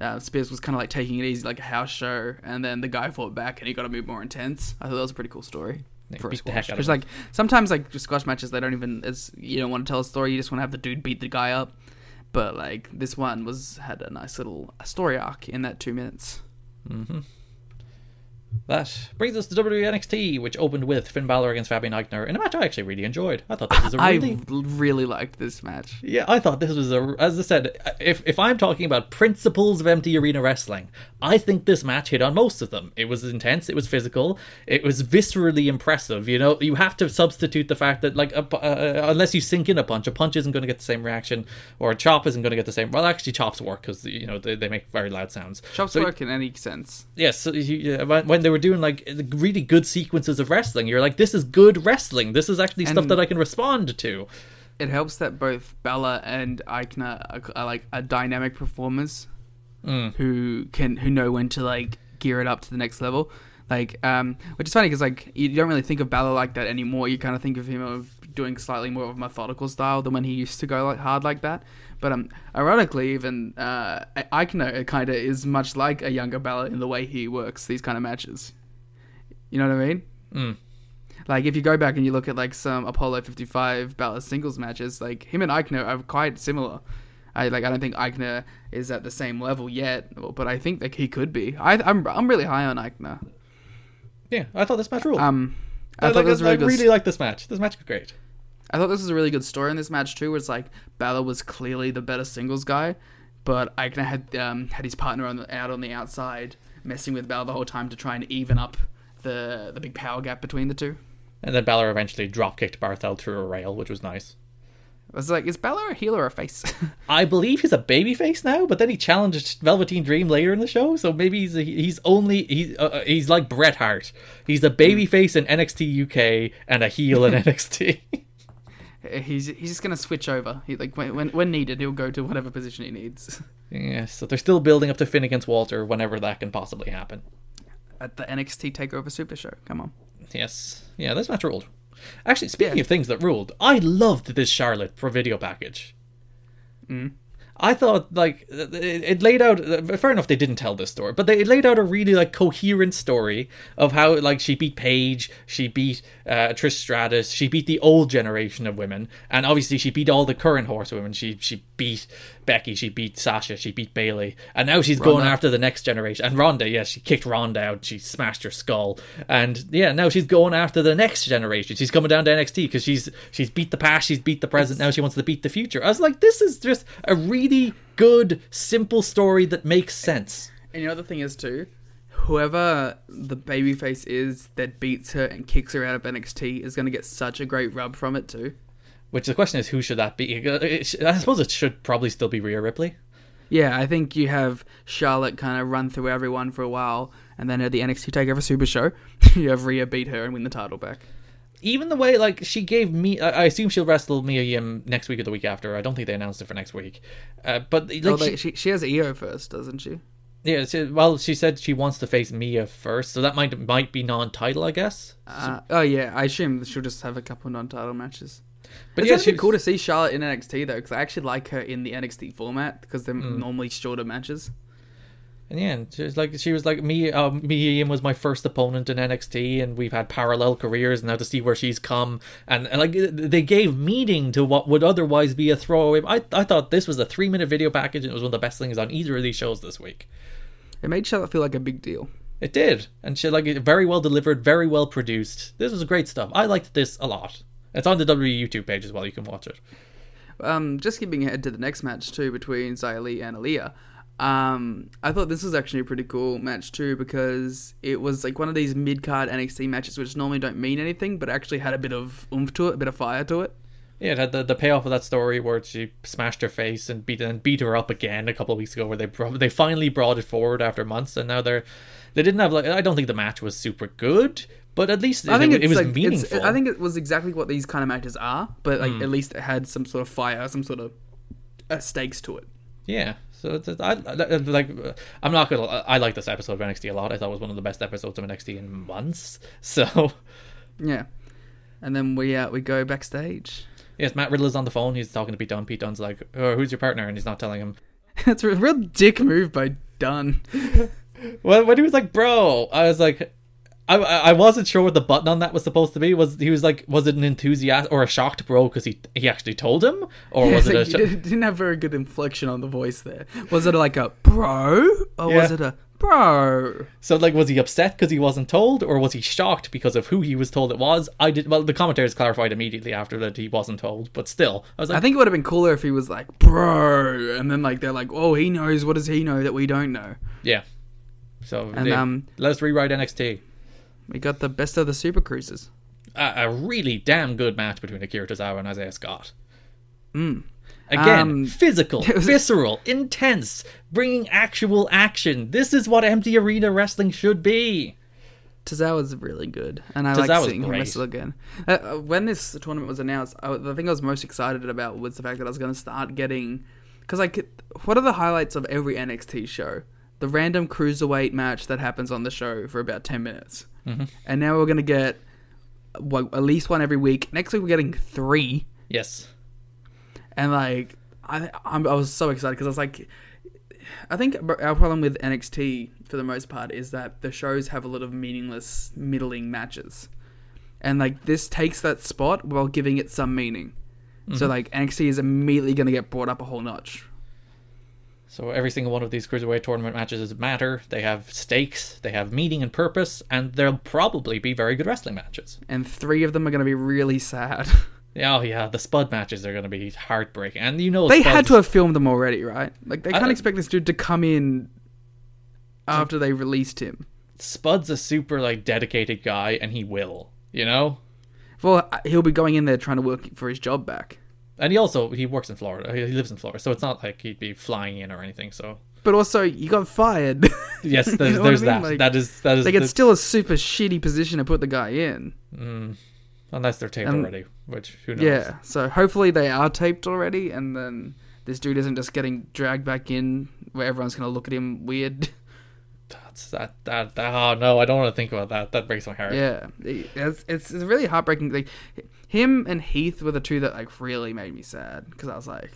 S4: uh, Spears was kind of like taking it easy, like a house show, and then the guy fought back and he got a bit more intense. I thought that was a pretty cool story
S3: Yeah,
S4: for a
S3: beat the heck
S4: squash.
S3: out of
S4: Because
S3: him.
S4: like sometimes like with squash matches, they don't even it's you don't want to tell a story, you just want to have the dude beat the guy up. But like this one was had a nice little story arc in that two minutes.
S3: That brings us to WWE NXT, which opened with Finn Balor against Fabian Eichner in a match I actually really enjoyed. I thought this was a
S4: I
S3: really
S4: l- really liked this match.
S3: Yeah, I thought this was a. As I said, if if I'm talking about principles of empty arena wrestling, I think this match hit on most of them. It was intense. It was physical. It was viscerally impressive. You know, you have to substitute the fact that like a, pu- uh, unless you sink in a punch, a punch isn't going to get the same reaction, or a chop isn't going to get the same. Well, actually, chops work because you know they, they make very loud sounds.
S4: Chops
S3: So-
S4: work in any sense.
S3: Yes, so you, yeah, when when they were doing like the really good sequences of wrestling, you're like, this is good wrestling. This is actually stuff
S4: And-
S3: that I can respond to.
S4: it helps that both Bella and Eichner are, are like are dynamic performers who can who know when to like gear it up to the next level. Like, um, which is funny because like you don't really think of Bella like that anymore. You kind of think of him of doing slightly more of a methodical style than when he used to go like hard like that. But um, ironically, even uh, Eichner kind of is much like a younger Bella in the way he works these kind of matches. You know what I mean? Like if you go back and you look at like some Apollo 55 Balor singles matches, like him and Eichner are quite similar. I like I don't think Eichner is at the same level yet, but I think like he could be. I I'm I'm really high on Eichner.
S3: Yeah, I thought this match ruled.
S4: Um
S3: I,
S4: I, thought
S3: like,
S4: this was a really
S3: I
S4: good
S3: really like this match. This match was great.
S4: I thought this was a really good story in this match too, where it's like Balor was clearly the better singles guy, but Eichner had um, had his partner on the, out on the outside, messing with Balor the whole time to try and even up the the big power gap between the two.
S3: And then Balor eventually drop kicked Barthel through a rail, which was nice.
S4: I was like, is Balor a heel or a face?
S3: I believe he's a babyface now, but then he challenged Velveteen Dream later in the show, so maybe he's he's only he's uh, he's like Bret Hart. He's a babyface in NXT UK and a heel in NXT.
S4: He's he's just gonna switch over. He like when when, when needed, he'll go to whatever position he needs.
S3: yeah, so they're still building up to Finn against Walter whenever that can possibly happen.
S4: At the NXT Takeover Super Show. Come on.
S3: Yes. Yeah, this match ruled. Actually, speaking of things that ruled, I loved this Charlotte pro video package. I thought like it, it laid out. Fair enough, they didn't tell this story, but they it laid out a really like coherent story of how like she beat Paige, she beat uh, Trish Stratus, she beat the old generation of women, and obviously she beat all the current horsewomen. She she beat Becky, she beat Sasha, she beat Bailey, and now she's going after the next generation. And Ronda, yeah, she kicked Ronda out, she smashed her skull, and yeah, now she's going after the next generation. She's coming down to NXT because she's she's beat the past, she's beat the present, now she wants to beat the future. I was like, this is just a really good, simple story that makes sense.
S4: And you know the thing is too, whoever the babyface is that beats her and kicks her out of NXT is going to get such a great rub from it too.
S3: Which the question is, who should that be? It sh- I suppose it should probably still be Rhea Ripley.
S4: Yeah, I think you have Charlotte kind of run through everyone for a while, and then at the NXT Takeover Super Show, you have Rhea beat her and win the title back.
S3: Even the way like she gave me, I I assume she'll wrestle Mia Yim next week or the week after. I don't think they announced it for next week. Uh, but like,
S4: Oh,
S3: she-
S4: they, she she has EO first, doesn't she?
S3: yeah, she, well, she said she wants to face Mia first, so that might might be non-title, I guess.
S4: Uh, oh yeah, I assume she'll just have a couple non-title matches.
S3: But
S4: it's
S3: yeah,
S4: actually
S3: she was-
S4: cool to see Charlotte in NXT though, because I actually like her in the NXT format because they're normally shorter matches.
S3: And yeah, and she was like she was like me. Um, Mia Yim was my first opponent in NXT, and we've had parallel careers. Now to see where she's come, and, and like they gave meaning to what would otherwise be a throwaway. I I thought this was a three minute video package, and it was one of the best things on either of these shows this week.
S4: It made Charlotte feel like a big deal.
S3: It did, and she like it very well delivered, very well produced. This was great stuff. I liked this a lot. It's on the WWE YouTube page as well. You can watch it.
S4: Um, just skipping ahead to the next match too between Xylee and Aaliyah. Um, I thought this was actually a pretty cool match too because it was like one of these mid card NXT matches which normally don't mean anything, but actually had a bit of oomph to it, a bit of fire to it.
S3: Yeah, it had the, the payoff of that story where she smashed her face and beat and beat her up again a couple of weeks ago, where they bro- they finally brought it forward after months, and now they're they didn't have like I don't think the match was super good, but at least
S4: I think
S3: it,
S4: it's
S3: it was
S4: like,
S3: meaningful.
S4: It's, I think it was exactly what these kind of matches are, but like at least it had some sort of fire, some sort of uh, stakes to it.
S3: yeah. So it's- I, I- like I'm not gonna I like this episode of NXT a lot. I thought it was one of the best episodes of NXT in months. So
S4: Yeah, and then we uh, we go backstage.
S3: yes, Matt Riddle is on the phone. He's talking to Pete Dunne. Pete Dunne's like, oh, "Who's your partner?" and he's not telling him.
S4: That's a real dick move by Dunn.
S3: Well, when he was like, "Bro," I was like, I I wasn't sure what the button on that was supposed to be. Was he was like, was it an enthusiast or a shocked bro because he he actually told him, or was
S4: It's
S3: it a
S4: like
S3: sho-
S4: you didn't- didn't have very good inflection on the voice there. Was it like a bro or was
S3: Yeah.
S4: it a bro?
S3: so like was he upset because he wasn't told, or was he shocked because of who he was told it was? I did well. The commentators clarified immediately after that he wasn't told, but still, I was like,
S4: I think it would have been cooler if he was like bro, and then like they're like, oh, he knows. What does he know that we don't know?
S3: yeah. So
S4: And,
S3: yeah,
S4: um,
S3: let's rewrite NXT.
S4: We got the best of the super cruises.
S3: A, a really damn good match between Akira Tozawa and Isaiah Scott. Again,
S4: Hmm. Um,
S3: physical,
S4: was-
S3: visceral, intense, bringing actual action. This is what empty arena wrestling should be.
S4: Tozawa's really good, and I
S3: Tozawa's
S4: like seeing him
S3: great.
S4: wrestle again. Uh, uh, when this tournament was announced, I, the thing I was most excited about was the fact that I was going to start getting, because like, what are the highlights of every NXT show? The random cruiserweight match that happens on the show for about ten minutes, and now we're going to get well, at least one every week. Next week we're getting three,
S3: Yes.
S4: and like, I I'm, I was so excited because I was like. I think our problem with NXT for the most part is that the shows have a lot of meaningless middling matches. And like this takes that spot while giving it some meaning. So like NXT is immediately going to get brought up a whole notch.
S3: So every single one of these cruiserweight tournament matches matter. They have stakes, they have meaning and purpose, and they'll probably be very good wrestling matches.
S4: And 3 of them are going to be really sad.
S3: Oh yeah, the Spud matches are going to be heartbreaking, and you know
S4: they
S3: Spud's-
S4: had to have filmed them already, right? Like they can't
S3: I-
S4: expect this dude to come in after they released him.
S3: Spud's a super like dedicated guy, and he will. You know,
S4: Well, uh, he'll be going in there trying to work for his job back.
S3: and he also he works in Florida. He he lives in Florida, so it's not like he'd be flying in or anything. So
S4: But also, you got fired.
S3: yes, there's,
S4: know what I
S3: there's
S4: mean?
S3: that.
S4: Like-
S3: that is that is
S4: like it's
S3: the-
S4: still a super shitty position to put the guy in.
S3: unless they're taped
S4: Um,
S3: already, which who knows?
S4: Yeah. So hopefully they are taped already, and then this dude isn't just getting dragged back in where everyone's gonna look at him weird.
S3: That's that that, that oh no, I don't want to think about that. That breaks my heart.
S4: yeah. It's, it's it's really heartbreaking. Like him and Heath were the two that like really made me sad because I was like,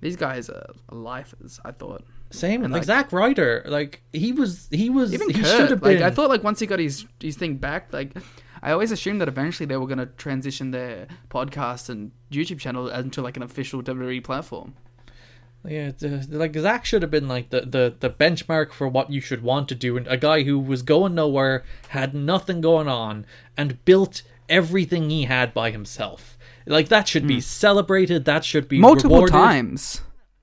S4: these guys are lifers. I thought.
S3: Same with like
S4: like-
S3: Zack Ryder. Like he was he was
S4: Even
S3: he should have
S4: Kurt, like
S3: been
S4: I thought, like once he got his his thing back, like I always assumed that eventually they were gonna transition their podcast and YouTube channel into like an official WWE platform.
S3: Yeah, the, the- like Zach should have been like the, the the benchmark for what you should want to do, and a guy who was going nowhere, had nothing going on, and built everything he had by himself. Like that should be celebrated. That should be
S4: Hmm. multiple
S3: rewarded.
S4: times.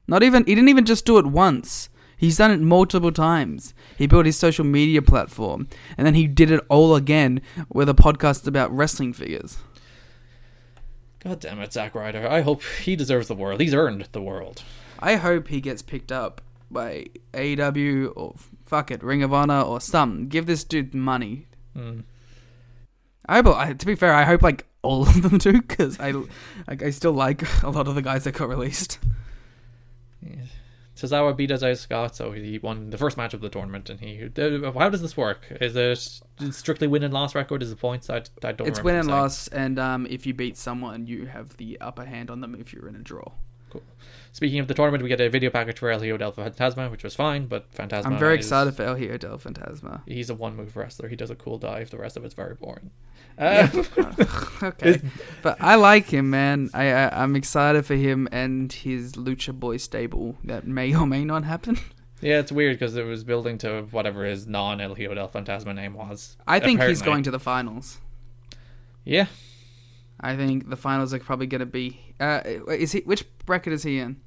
S4: Not even he didn't even just do it once. He's done it multiple times. He built his social media platform, and then he did it all again with a podcast about wrestling figures.
S3: God damn it, Zack Ryder. I hope he deserves the world. He's earned the world.
S4: I hope he gets picked up by AEW or fuck it, Ring of Honor or something. Give this dude money. I hope. I, to be fair, I hope like all of them do because I, like, I still like a lot of the guys that got released.
S3: Tozawa beat Isaiah Scott, so he won the first match of the tournament. And he, uh, how does this work? Is it strictly win and loss record? Is the points? I, I don't.
S4: it's
S3: remember
S4: win and
S3: exactly.
S4: loss, and um, if you beat someone, you have the upper hand on them if you're in a draw.
S3: Cool. Speaking of the tournament, we get a video package for El Hijo del Fantasma, which was fine, but Fantasma.
S4: I'm very
S3: is-
S4: excited for El Hijo del Fantasma.
S3: He's a one move wrestler. He does a cool dive. The rest of it's very boring. Uh,
S4: Okay, but I like him, man. I, I I'm excited for him and his Lucha Boy stable that may or may not happen.
S3: yeah, it's weird because it was building to whatever his non El Hijo del Fantasma name was.
S4: I think he's
S3: apparently.
S4: going to the finals.
S3: Yeah,
S4: I think the finals are probably going to be. Uh, is he? Which bracket is he in?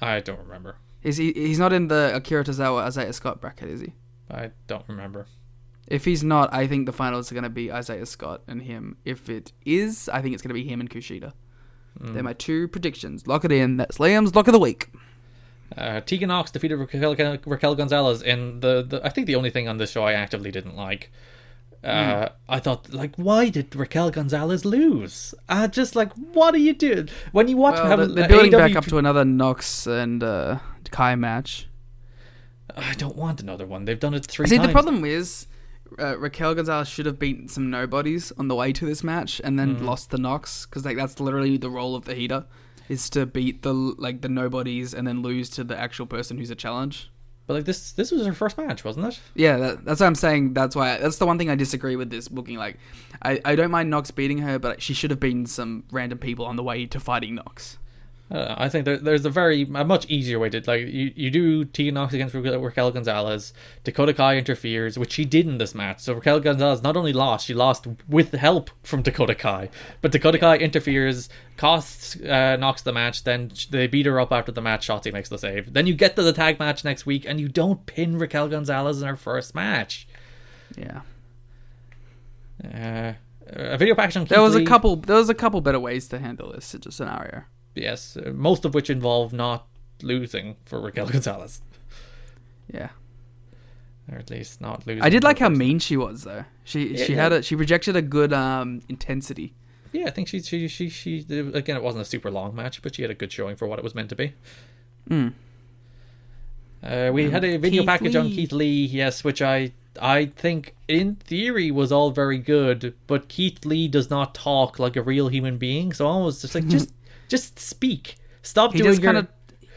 S3: I don't remember.
S4: Is he? He's not in the Akira Tozawa Isaiah Scott bracket, is he?
S3: I don't remember.
S4: If he's not, I think the finals are going to be Isaiah Scott and him. If it is, I think it's going to be him and Kushida.
S3: Hmm.
S4: They're my two predictions. Lock it in. That's Liam's lock of the week.
S3: Uh, Tegan Ox defeated Raquel, Raquel Gonzalez in the, the. I think the only thing on this show I actively didn't like. Uh,
S4: Hmm.
S3: I thought, like, why did Raquel Gonzalez lose? Uh, just like, what are you doing? When you watch,
S4: Well,
S3: have
S4: they're,
S3: an- a
S4: they're
S3: E
S4: building
S3: AEW
S4: back up to another Knox and uh, Kai match.
S3: I don't want another one. They've done it three
S4: See,
S3: times.
S4: the problem is uh, Raquel Gonzalez should have beaten some nobodies on the way to this match and then lost the Knox because like that's literally the role of the heater is to beat the like the nobodies and then lose to the actual person who's a challenge.
S3: But like this, this was her first match, wasn't it?
S4: Yeah, that, that's what I'm saying. That's why that's the one thing I disagree with this booking. Like, I, I don't mind Knox beating her, but she should have beaten some random people on the way to fighting Knox.
S3: I, don't know. Uh, I think there, there's a very a much easier way to like you, you do Tegan Knox against Ra- Raquel Gonzalez. Dakota Kai interferes, which she did in this match. So Raquel Gonzalez not only lost, she lost with help from Dakota Kai. But Dakota Kai interferes, costs uh, Knox the match. Then sh- they beat her up after the match. Shotzi makes the save. Then you get to the tag match next week, and you don't pin Raquel Gonzalez in her first match.
S4: Yeah,
S3: Uh, a video package. on Keith
S4: there was a
S3: Lee.
S4: couple. There was a couple better ways to handle this s- scenario.
S3: yes, uh, most of which involve not losing for Raquel Gonzalez,
S4: Yeah,
S3: or at least not losing.
S4: I did
S3: for
S4: like how
S3: first-
S4: mean she was though. She she
S3: yeah.
S4: had a she projected a good um intensity.
S3: Yeah, I think she she she she again it wasn't a super long match, but she had a good showing for what it was meant to be. Uh, we had a video
S4: Hmm. Um, Keith
S3: package on
S4: Lee.
S3: Keith Lee, yes, which I I think in theory was all very good, but Keith Lee does not talk like a real human being, so I was just like just just speak, stop
S4: He
S3: doing
S4: just
S3: your
S4: kind of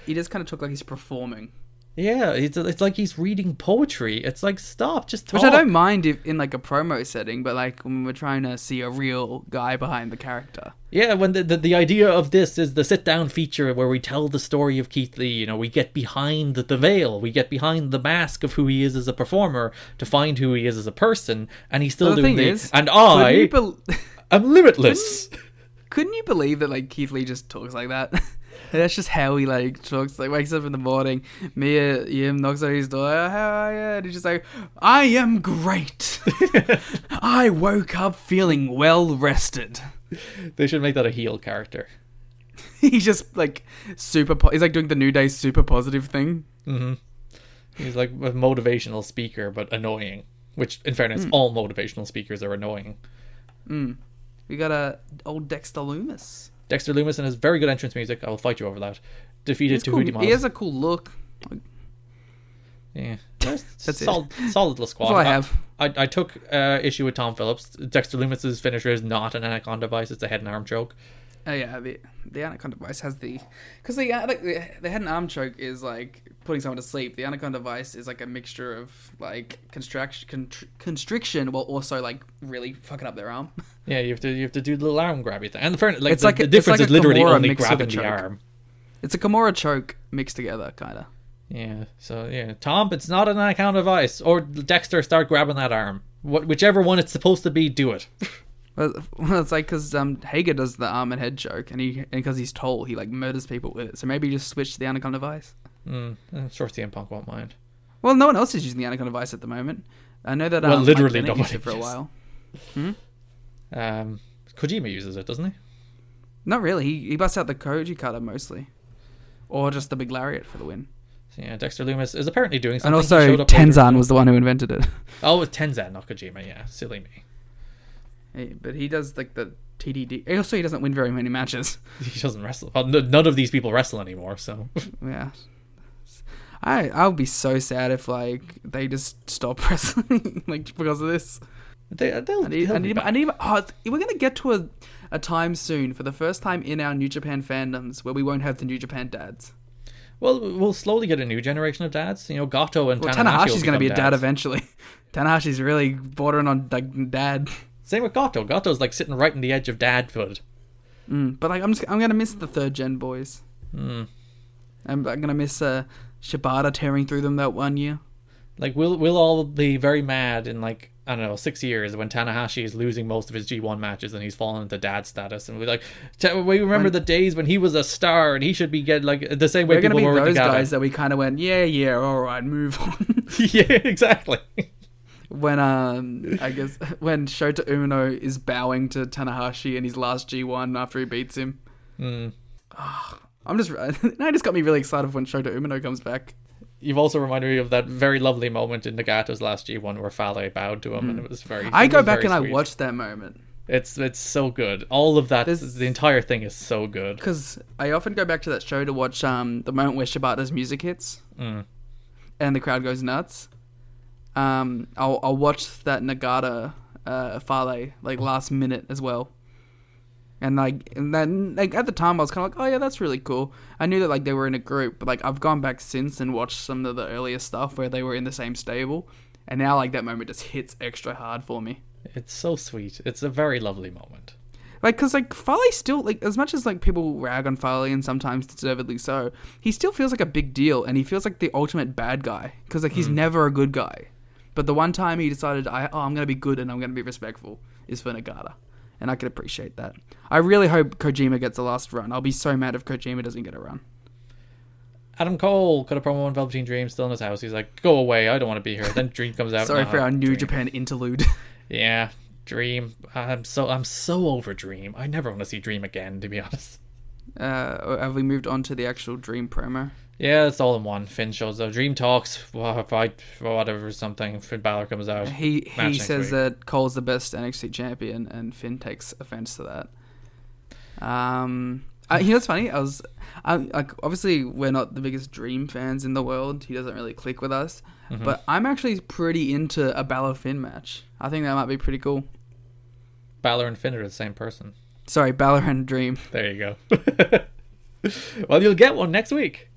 S4: he just kind of took like he's performing,
S3: yeah. It's it's like he's reading poetry. It's like stop, just talk.
S4: which I don't mind if in like a promo setting, but like when we're trying to see a real guy behind the character.
S3: Yeah, when the, the the idea of this is the sit down feature where we tell the story of Keith Lee, you know, we get behind the, the veil, we get behind the mask of who he is as a performer to find who he is as a person, and he's still
S4: But the
S3: doing
S4: thing
S3: the
S4: is,
S3: and
S4: Couldn't
S3: I
S4: you bel-
S3: am limitless.
S4: Couldn't you believe that like Keith Lee just talks like that? That's just how he like talks. Like wakes up in the morning, Mia Yim knocks on his door. "Oh, How are you? And he's just like, I am great. I woke up feeling well rested.
S3: they should make that a heel character.
S4: He's just like super. Po- he's like doing the New Day super positive thing.
S3: He's like a motivational speaker, but annoying. Which, in fairness,
S4: Hmm.
S3: all motivational speakers are annoying.
S4: We got a old Dexter Loomis.
S3: Dexter Loomis and his very good entrance music, I will fight you over that. Defeated
S4: He's cool.
S3: Tahuti
S4: He has a cool look.
S3: Yeah,
S4: That's it.
S3: solid, solid little squad.
S4: all I have.
S3: I, I took uh, issue with Tom Phillips. Dexter Loomis's finisher is not an anaconda vice; it's a head and arm choke.
S4: Oh yeah, the the anaconda device has the because the uh, like the, the head and arm choke is like putting someone to sleep. The anaconda device is like a mixture of like construction contr- constriction while also like really fucking up their arm.
S3: Yeah, you have to you have to do the little arm grabby thing. And the, fair- like,
S4: It's
S3: the,
S4: like a-
S3: the
S4: it's
S3: difference
S4: like
S3: is
S4: a
S3: literally
S4: Kimura
S3: only
S4: mixed with a
S3: grabbing the
S4: choke.
S3: arm.
S4: It's a Kimura choke mixed together, kind of.
S3: Yeah. So yeah, Tom, it's not an anaconda vice or Dexter. Start grabbing that arm. What, whichever one it's supposed to be, do it.
S4: Well, well, it's like because um, Hager does the arm and head choke, and he and because he's tall, he like murders people with it. So maybe just switch to the anaconda device.
S3: I'm sure CM Punk won't mind.
S4: Well, no one else is using the Anakin device at the moment. I know that. Um,
S3: Well,
S4: Mike
S3: literally
S4: Bennett
S3: nobody
S4: used it for a
S3: is.
S4: while.
S3: Um, Kojima uses it, doesn't he?
S4: Not really. He he busts out the Koji cutter mostly, or just the big lariat for the win.
S3: So, yeah, Dexter Loomis is apparently doing something.
S4: And
S3: He
S4: also,
S3: showed up later-
S4: Tenzan was the one who invented it.
S3: Oh, it was Tenzan, not Kojima. Yeah, silly me.
S4: Hey, but he does like the TDD. Also, he doesn't win very many matches.
S3: He doesn't wrestle. Well, n- none of these people wrestle anymore. So
S4: Yeah. I I would be so sad if like they just stop wrestling like because of this.
S3: they, uh, they'll.
S4: I need
S3: they'll
S4: I
S3: be
S4: need,
S3: back.
S4: I need oh, th- we're gonna get to a a time soon for the first time in our New Japan fandoms where we won't have the New Japan dads.
S3: Well, we'll slowly get a new generation of dads. You know, Gato and
S4: Well,
S3: Tanahashi
S4: Tanahashi's
S3: will
S4: gonna be a
S3: become
S4: dad
S3: dads.
S4: eventually. Tanahashi's really bordering on like dad.
S3: Same with Gato. Gato's like sitting right on the edge of dadhood.
S4: But like I'm just, I'm gonna miss the third gen boys.
S3: Hmm.
S4: I'm, I'm gonna miss uh, Shibata tearing through them that one year.
S3: Like we'll we'll all be very mad in like I don't know six years when Tanahashi is losing most of his G1 matches and he's fallen into dad status and we're like "Ta- we remember the days when he was a star and he should be getting like the same way
S4: We're gonna
S3: people
S4: be
S3: were with
S4: those
S3: Nagata.
S4: guys that we kind of went, yeah, yeah, all right, move on.
S3: yeah, exactly.
S4: when um, I guess when Shota Umino is bowing to Tanahashi in his last G1 after he beats him.
S3: Hmm.
S4: Ah, I'm just, that just got me really excited when Shota Umino comes back.
S3: You've also reminded me of that very lovely moment in Nagato's last G1 where Fale bowed to him and it was very.
S4: Mm. I
S3: it
S4: go
S3: was
S4: back
S3: very
S4: and I
S3: sweet.
S4: watch that moment.
S3: It's it's so good. All of that.
S4: There's-
S3: The entire thing is so good.
S4: because I often go back to that show to watch um, the moment where Shibata's music hits and the crowd goes nuts. Um, I'll, I'll watch that Nagata uh, Fale like last minute as well. And like, and then like at the time I was kind of like, oh yeah, that's really cool. I knew that like they were in a group, but like I've gone back since and watched some of the earlier stuff where they were in the same stable, and now like that moment just hits extra hard for me.
S3: It's so sweet. It's a very lovely moment.
S4: Like, cause like Farley still like as much as like people rag on Farley and sometimes deservedly so, he still feels like a big deal and he feels like the ultimate bad guy because like he's never a good guy. But the one time he decided, I oh I'm gonna be good and I'm gonna be respectful is for Nagata, and I can appreciate that. I really hope Kojima gets the last run. I'll be so mad if Kojima doesn't get a run.
S3: Adam Cole cut a promo on Velveteen Dream, still in his house. He's like, "Go away, I don't want to be here." Then Dream comes out.
S4: Sorry
S3: "Nah,
S4: for our New
S3: Dream."
S4: Japan interlude.
S3: Yeah, Dream. I'm so I'm so over Dream. I never want to see Dream again, to be honest.
S4: uh, have we moved on to the actual Dream promo?
S3: Yeah, it's all in one. Finn shows up. Dream talks. Well, fight, whatever, something. Finn Balor comes out.
S4: He
S3: Match
S4: he
S3: next
S4: says
S3: week.
S4: that Cole's the best NXT champion, and Finn takes offense to that. Um, I, you know, it's funny. I was, I, like, obviously we're not the biggest Dream fans in the world. He doesn't really click with us,
S3: Mm-hmm.
S4: but I'm actually pretty into a Balor Finn match. I think that might be pretty cool.
S3: Balor and Finn are the same person.
S4: Sorry, Balor and Dream,
S3: There you go. well, you'll get one next week.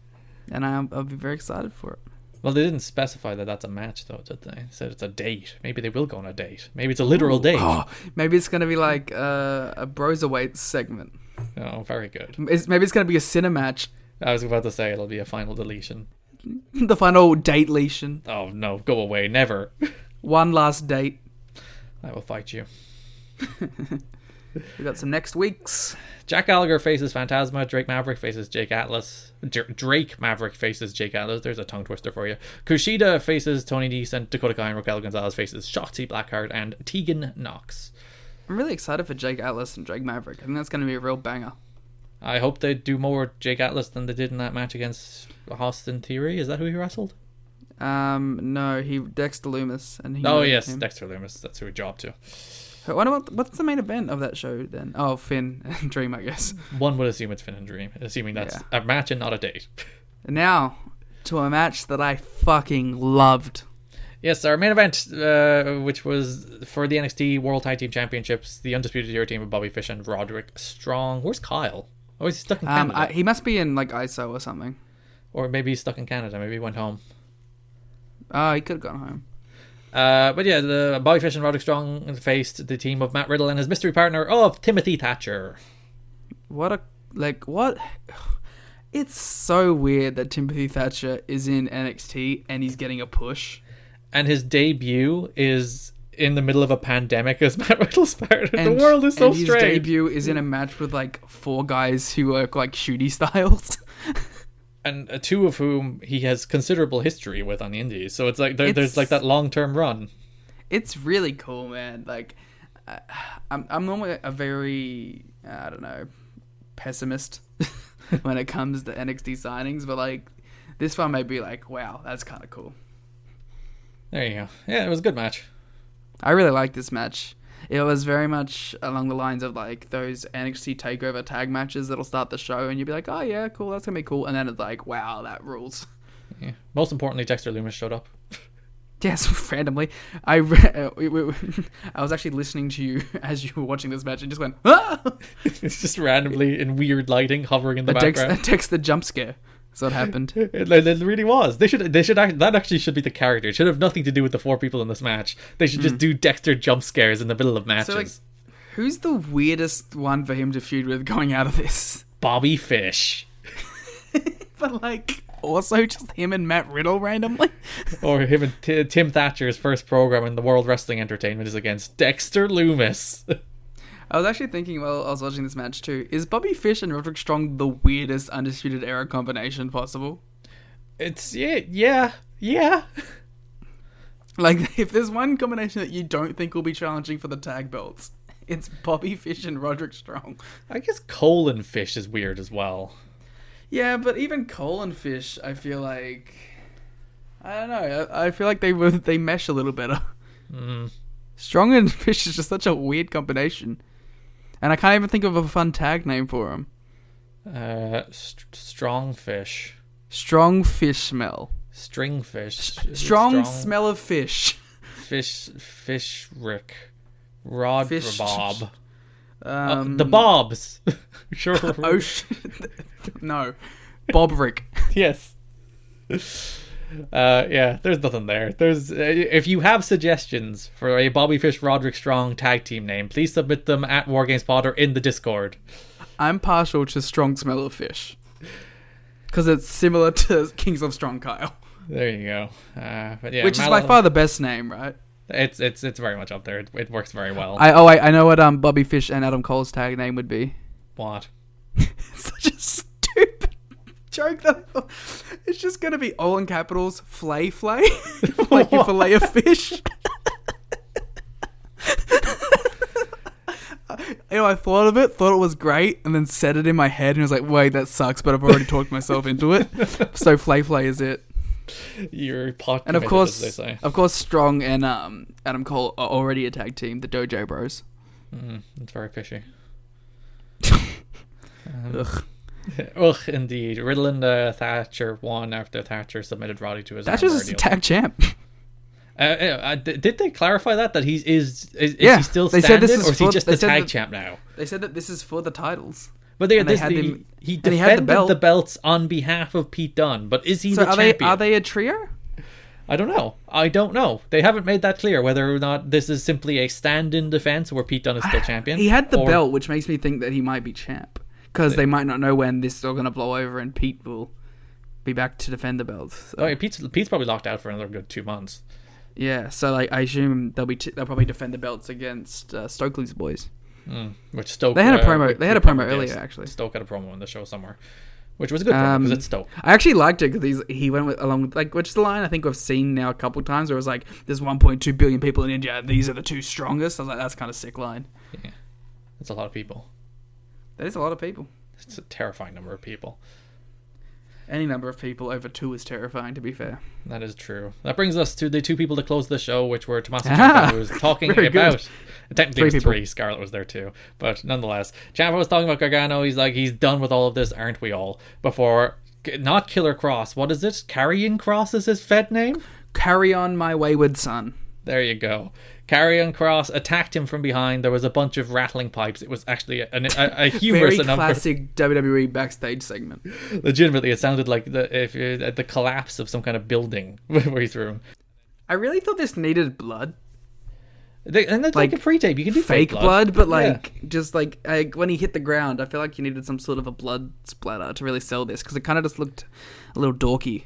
S4: and I, I'll be very excited for it.
S3: Well, they didn't specify that that's a match, though, did they? They said it's a date. Maybe they will go on a date. Maybe it's a literal date.
S4: Ah.
S3: Oh.
S4: Maybe it's gonna be like uh, a Broserweight segment.
S3: Oh, very good.
S4: It's, maybe it's gonna be a cinematch,
S3: I was about to say it'll be a final deletion.
S4: the final date lesion,
S3: Oh no, go away, never.
S4: one last date.
S3: I will fight you.
S4: We got some next weeks.
S3: Jack Gallagher faces Phantasma. Drake Maverick faces Jake Atlas. Dr- Drake Maverick faces Jake Atlas. There's a tongue twister for you. Kushida faces Tony Decent. Dakota Kai and Raquel Gonzalez faces Shotzi Blackheart and Tegan Knox.
S4: I'm really excited for Jake Atlas and Drake Maverick. I think that's going to be a real banger.
S3: I hope they do more with Jake Atlas than they did in that match against Austin Theory. Is that who he wrestled?
S4: Um, no, he Dexter Loomis, and he
S3: Oh
S4: made
S3: yes,
S4: him.
S3: Dexter Loomis. That's who he dropped to.
S4: But what about what's the main event of that show then? Oh, Finn and Dream, I guess.
S3: One would assume it's Finn and Dream, assuming that's a match and not a date.
S4: And now to a match that I fucking loved.
S3: Yes, our main event, uh, which was for the NXT World Tag Team Championships, the Undisputed Era team of Bobby Fish and Roderick Strong. Where's Kyle? Oh, he's stuck in
S4: Um,
S3: Canada.
S4: I, he must be in like ISO or something.
S3: Or maybe he's stuck in Canada. Maybe he went home.
S4: Oh, he could have gone home.
S3: Uh, but yeah, the Bobby Fish and Roderick Strong faced the team of Matt Riddle and his mystery partner of Timothy Thatcher.
S4: What a like what. It's so weird that Timothy Thatcher is in NXT and he's getting a push.
S3: And his debut is in the middle of a pandemic as Matt Riddle's partner.
S4: And-
S3: the world is so
S4: and his
S3: strange.
S4: debut is in a match with like four guys who work like shooty styles.
S3: and uh, two of whom he has considerable history with on the indies. So it's like there, there's
S4: It's-
S3: like that long term run.
S4: it's really cool, man. Like, I- I'm I'm normally a very uh, I don't know pessimist when it comes to NXT signings, but like this one may be like, wow, that's kind of cool.
S3: There you go. Yeah, it was a good match.
S4: I really like this match. It was very much along the lines of like those NXT Takeover tag matches that'll start the show, and you'll be like, oh yeah, cool, that's gonna be cool, and then it's like, wow, that rules.
S3: Yeah. Most importantly, Dexter Loomis showed up.
S4: Yes, randomly. I re- uh, we- we- I was actually listening to you as you were watching this match and just went, ah!
S3: it's just randomly in weird lighting hovering in the
S4: That takes,
S3: background.
S4: that takes the jump scare. So it happened.
S3: It, like, it really was. They should. They should. Act, that actually should be the character. It should have nothing to do with the four people in this match. They should just do Dexter jump scares in the middle of matches.
S4: Hmm. So like, who's the weirdest one for him to feud with going out of this?
S3: Bobby Fish
S4: But like, also just him and Matt Riddle randomly.
S3: or him and T- Tim Thatcher's first program in the World Wrestling Entertainment is against Dexter Loomis.
S4: I was actually thinking while I was watching this match too, is Bobby Fish and Roderick Strong the weirdest undisputed era combination possible?
S3: it's yeah, yeah, yeah.
S4: Like, if there's one combination that you don't think will be challenging for the tag belts, it's Bobby Fish and Roderick Strong.
S3: I guess colon fish is weird as well.
S4: Yeah, but even Cole and Fish, I feel like I don't know. I, I feel like they were they mesh a little better.
S3: Mm-hmm.
S4: Strong and Fish is just such a weird combination, and I can't even think of a fun tag name for him.
S3: Uh, st- strong fish,
S4: Strong Fish Smell.
S3: string fish,
S4: Strong, smell of fish.
S3: fish, fish Rick, Rod
S4: Fish-
S3: Bob, Uh,
S4: Um, Oh,
S3: the Bobs. sure.
S4: ocean. no, Bobrick.
S3: yes. Uh, yeah, there's nothing there. There's uh, if you have suggestions for a Bobby Fish Roderick Strong tag team name, please submit them at WarGamesPod or in the Discord.
S4: I'm partial to Strong Smell of Fish because it's similar to Kings of Strong Kyle,
S3: There you go. Uh, but yeah,
S4: which is by
S3: Mallow-
S4: far the best name, right?
S3: it's it's it's very much up there. It, it works very well.
S4: I oh wait, I know what um Bobby Fish and Adam Cole's tag name would be.
S3: What?
S4: Such a stupid joke though. It's just gonna be all in capitals, flay flay, like you fillet a fish. You know, I thought of it, thought it was great, and then said it in my head, and was like, "Wait, that sucks." But I've already talked myself into it, so flay flay is it.
S3: You're pot.
S4: And of
S3: committed,
S4: course,
S3: as they say.
S4: of course, Strong and um, Adam Cole are already a tag team, the Dojo Bros.
S3: it's very fishy. Um,
S4: Ugh.
S3: Ugh, indeed. Riddle and uh, Thatcher won after Thatcher submitted Roddy to his.
S4: That's just
S3: armbar
S4: a
S3: deal.
S4: tag champ.
S3: Uh, uh, uh, d- did they clarify that that he is is, is
S4: Yeah,
S3: he still
S4: they
S3: standing
S4: said this is
S3: or is he
S4: for-
S3: just
S4: they
S3: the
S4: said
S3: tag
S4: that-
S3: champ now?
S4: They said that this is for the titles.
S3: But they,
S4: and they
S3: this,
S4: had
S3: he,
S4: him-
S3: he
S4: and
S3: defended
S4: he had the
S3: the,
S4: belt.
S3: belts on behalf of Pete Dunne. But is he
S4: So
S3: the
S4: are
S3: champion?
S4: they are they a trio?
S3: I don't know. I don't know. They haven't made that clear whether or not this is simply a stand-in defense where Pete Dunne is still champion.
S4: He had the
S3: or-
S4: belt, which makes me think that he might be champ because they might not know when this is all going to blow over and Pete will be back to defend the belt. So-
S3: Oh, yeah, Pete's Pete's probably locked out for another good two months.
S4: yeah, so like I assume they'll be t- they'll probably defend the belts against uh, Stokely's boys.
S3: Which Stoke
S4: They had a
S3: uh,
S4: promo-
S3: which-
S4: they had a
S3: which-
S4: promo
S3: yeah,
S4: earlier,
S3: S-
S4: actually.
S3: Stoke had a promo in the show somewhere, which was a good promo because
S4: Um,
S3: it's Stoke.
S4: I actually liked it because he went with, along with like which is the line I think we've seen now a couple times where it was like there's 1.2 billion people in India and these are the two strongest. I was like that's kind of sick line.
S3: It's a lot of people.
S4: That is a lot of people.
S3: It's a terrifying number of people.
S4: Any number of people over two is terrifying. To be fair.
S3: That is true. That brings us to the two people to close the show, which were Tommaso
S4: Ah,
S3: Ciampa, who was talking
S4: very good.
S3: about. Technically, it
S4: Three
S3: was
S4: people.
S3: three. Scarlett was there too, but nonetheless, Ciampa was talking about Gargano. He's like, he's done with all of this, aren't we all? Before, not Killer Cross. What is it? Carrion Cross is his fed name.
S4: Carry on, my wayward son.
S3: There you go. Carrion Cross attacked him from behind. There was a bunch of rattling pipes. It was actually a, a, a humorous
S4: Very
S3: enough.
S4: classic WWE backstage segment.
S3: Legitimately, it sounded like the if uh, the collapse of some kind of building where he threw him.
S4: I really thought this needed blood,
S3: They, and that's like,
S4: Like,
S3: a pre-tape. You can do
S4: fake,
S3: fake,
S4: blood, but
S3: Yeah.
S4: like just like I, when he hit the ground, I feel like you needed some sort of a blood splatter to really sell this because it kind of just looked a little dorky.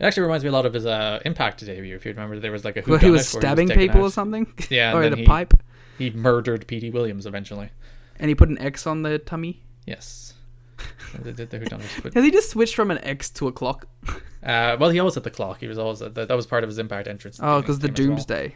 S3: It actually reminds me a lot of his uh, Impact debut. If you remember, there was like a
S4: Where
S3: whodunit
S4: he was
S3: where
S4: stabbing
S3: taken
S4: people
S3: out.
S4: or something,
S3: Yeah, and
S4: or in
S3: then
S4: a
S3: he-
S4: pipe,
S3: He murdered Petey Williams eventually.
S4: and he put an X on the tummy.
S3: Yes, The, the, the whodunit quit.
S4: Has he just switched from an X to a clock?
S3: Uh, well, he always had the clock. He was always uh, that. That was part of his impact entrance.
S4: Oh,
S3: thing
S4: because the
S3: as well.
S4: Doomsday.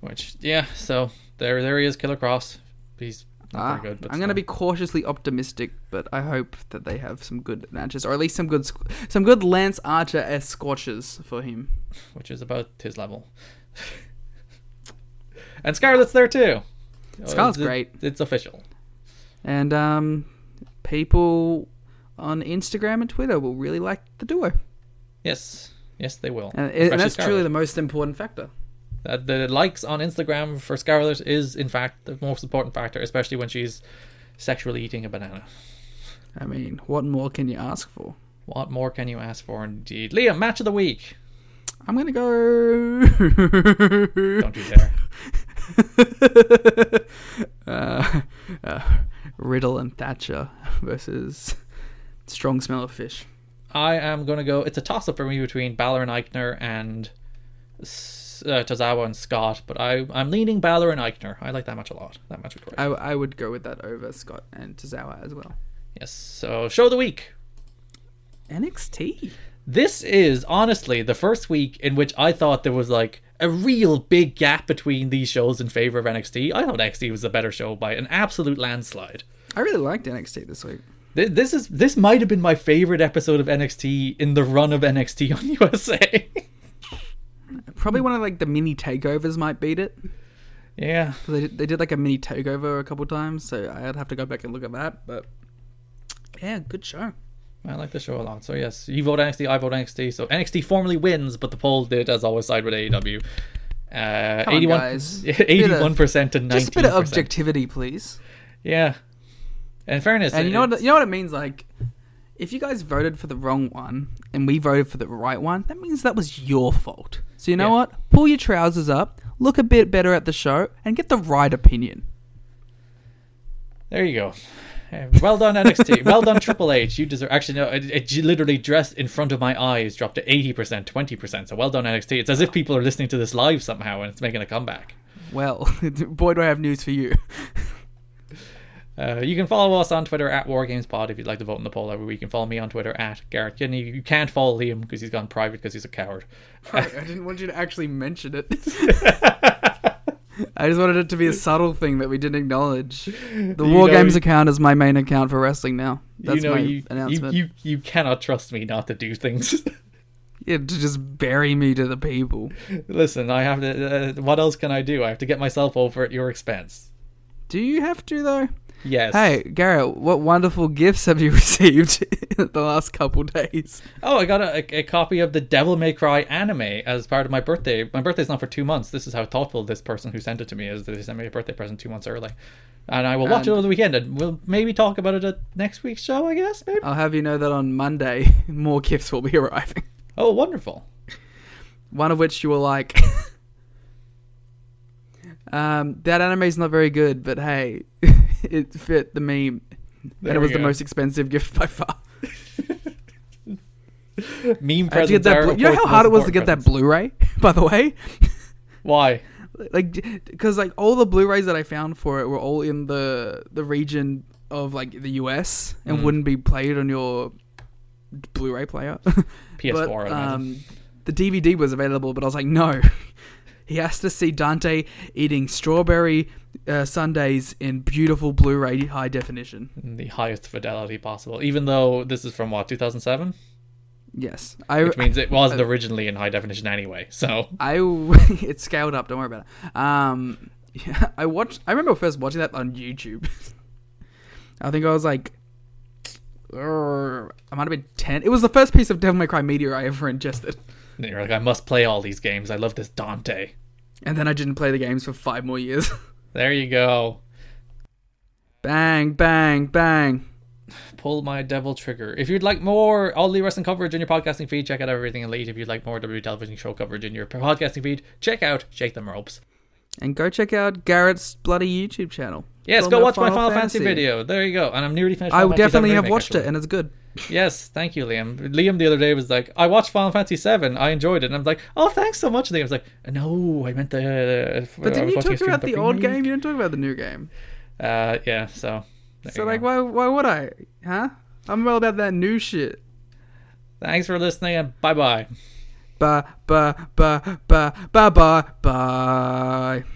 S3: Which yeah, so there there he is, Killer Cross. He's not
S4: Ah,
S3: very good. But
S4: I'm going to
S3: still.
S4: be cautiously optimistic, but I hope that they have some good matches, or at least some good, squ- some good Lance Archer s squashes for him.
S3: which is about his level. and Scarlet's there too. It's-
S4: Scarlet's great.
S3: It's official.
S4: And um, people on Instagram and Twitter will really like the duo, Uh,
S3: Yes, yes, they will.
S4: and,
S3: Especially
S4: and that's
S3: Scarlet.
S4: truly the most important factor.
S3: Uh, the likes on Instagram for Scarlet is, in fact, the most important factor, especially when she's sexually eating a banana.
S4: I mean, what more can you ask for?
S3: What more can you ask for, indeed? Liam, match of the week.
S4: I'm gonna go.
S3: Don't you dare.
S4: uh, uh, Riddle and Thatcher versus Strong Smell of Fish.
S3: I am going to go. It's a toss up for me between Balor and Eichner and S- uh, Tozawa and Scott, but I, I'm leaning Balor and Eichner. I like that match a lot. That match was great.
S4: I, I would go with that over Scott and Tozawa as well.
S3: yes, so show of the week.
S4: NXT.
S3: This is honestly the first week in which I thought there was like a real big gap between these shows in favor of NXT. I thought NXT was the better show by an absolute landslide.
S4: I really liked NXT this week.
S3: Th- This is this might have been my favorite episode of NXT in the run of NXT on USA.
S4: Probably
S3: Hmm.
S4: one of like the mini takeovers might beat it.
S3: yeah,
S4: 'Cause They did, they did like a mini takeover a couple times, so I'd have to go back and look at that. But yeah, good show.
S3: I like the show a lot. So yes, you vote NXT, I vote NXT. So NXT formally wins, but the poll did, as always, side with AEW. Uh,
S4: Come on, guys. Bit of-
S3: 81 percent to nineteen.
S4: Just a bit of objectivity, please.
S3: Yeah. In fairness,
S4: And you know
S3: it-
S4: what you know what it means like if you guys voted for the wrong one and we voted for the right one, that means that was your fault. So you know
S3: Yeah.
S4: what? Pull your trousers up, look a bit better at the show and get the right opinion.
S3: There you go. Uh, Well done, NXT. well done, Triple H. You deserve. Actually, no, it, it j- literally dressed in front of my eyes dropped to 80%, 20%. So well done, NXT. It's as if people are listening to this live somehow and it's making a comeback.
S4: Well, boy do I have news for you.
S3: Uh, you can follow us on Twitter at WarGamesPod if you'd like to vote in the poll every week. You can follow me on Twitter at Garrett Kidney. You can't follow Liam because he's gone private because he's a coward.
S4: I didn't want you to actually mention it. I just wanted it to be a subtle thing that we didn't acknowledge. The
S3: know-
S4: War Games account is my main account for wrestling now. That's
S3: you know,
S4: my
S3: you, you,
S4: announcement.
S3: you, you cannot trust me not to do things.
S4: yeah, to just bury me to the people.
S3: Listen, I have to. Uh, what else can I do? I have to get myself over at your expense.
S4: Do you have to though?
S3: Yes.
S4: Hey, Garrett, what wonderful gifts have you received in the last couple days?
S3: Oh, I got a, a, a copy of the Devil May Cry anime as part of my birthday. My birthday's not for two months. This is how thoughtful this person who sent it to me is. That they sent me a birthday present two months early, and I will watch it over the weekend, and we'll maybe talk about it at next week's show. I guess maybe.
S4: I'll have you know that on Monday, more gifts will be arriving.
S3: oh, wonderful!
S4: One of which you were like, um, that anime's not very good, but hey, it fit the meme. and
S3: There
S4: it was
S3: we
S4: the
S3: go.
S4: most expensive gift by far.
S3: Meme
S4: I had to get
S3: presents
S4: that
S3: are,
S4: Blu-
S3: of
S4: you know
S3: course,
S4: how
S3: the
S4: hard it
S3: most
S4: was to get
S3: important
S4: that Blu ray, by the way?
S3: presents. Why?
S4: like because like all the blu-rays that i found for it were all in the the region of like the us
S3: Mm.
S4: and wouldn't be played on your blu-ray player
S3: PS4.
S4: but,
S3: I imagine.
S4: um, the dvd was available but i was like no he has to see dante eating strawberry uh, sundays in beautiful blu-ray high definition
S3: in the highest fidelity possible. Even though this is from what 2007,
S4: yes i
S3: which means it wasn't originally in high definition anyway. So
S4: I it's scaled up. Don't worry about it. Um, yeah, I watched. I remember first watching that on YouTube. I think I was like, "Urgh," I might have been ten. It was the first piece of Devil May Cry media I ever ingested,
S3: and you're like, I must play all these games. I love this Dante.
S4: and then I didn't play the games for five more years.
S3: There you go.
S4: bang, bang, bang.
S3: pull my devil trigger. If you'd like more all the wrestling coverage in your podcasting feed, check out everything elite. If you'd like more W E television show coverage in your podcasting feed, check out Shake Them Ropes.
S4: And go check out Garrett's bloody YouTube channel.
S3: Yes,
S4: It's
S3: go
S4: on
S3: watch my Final Fantasy, video. There you go. And I'm nearly finished.
S4: I
S3: Final Fantasy
S4: definitely
S3: VII
S4: have
S3: remake,
S4: watched it,
S3: actually.
S4: and it's good.
S3: yes, thank you, Liam. Liam the other day was like, "I watched Final Fantasy VII. I enjoyed it." And I'm like, "Oh, thanks so much." Liam was like, "No, I meant the." uh, I
S4: But didn't
S3: was watching
S4: you
S3: a
S4: talk
S3: stream
S4: about
S3: of
S4: the
S3: the
S4: old
S3: remake."
S4: game? You didn't talk about the new game.
S3: Uh, yeah. So
S4: So
S3: you
S4: like,
S3: go.
S4: why why would I? Huh? I'm all about that new shit.
S3: Thanks for listening and bye bye.
S4: Ba ba ba ba ba ba bye.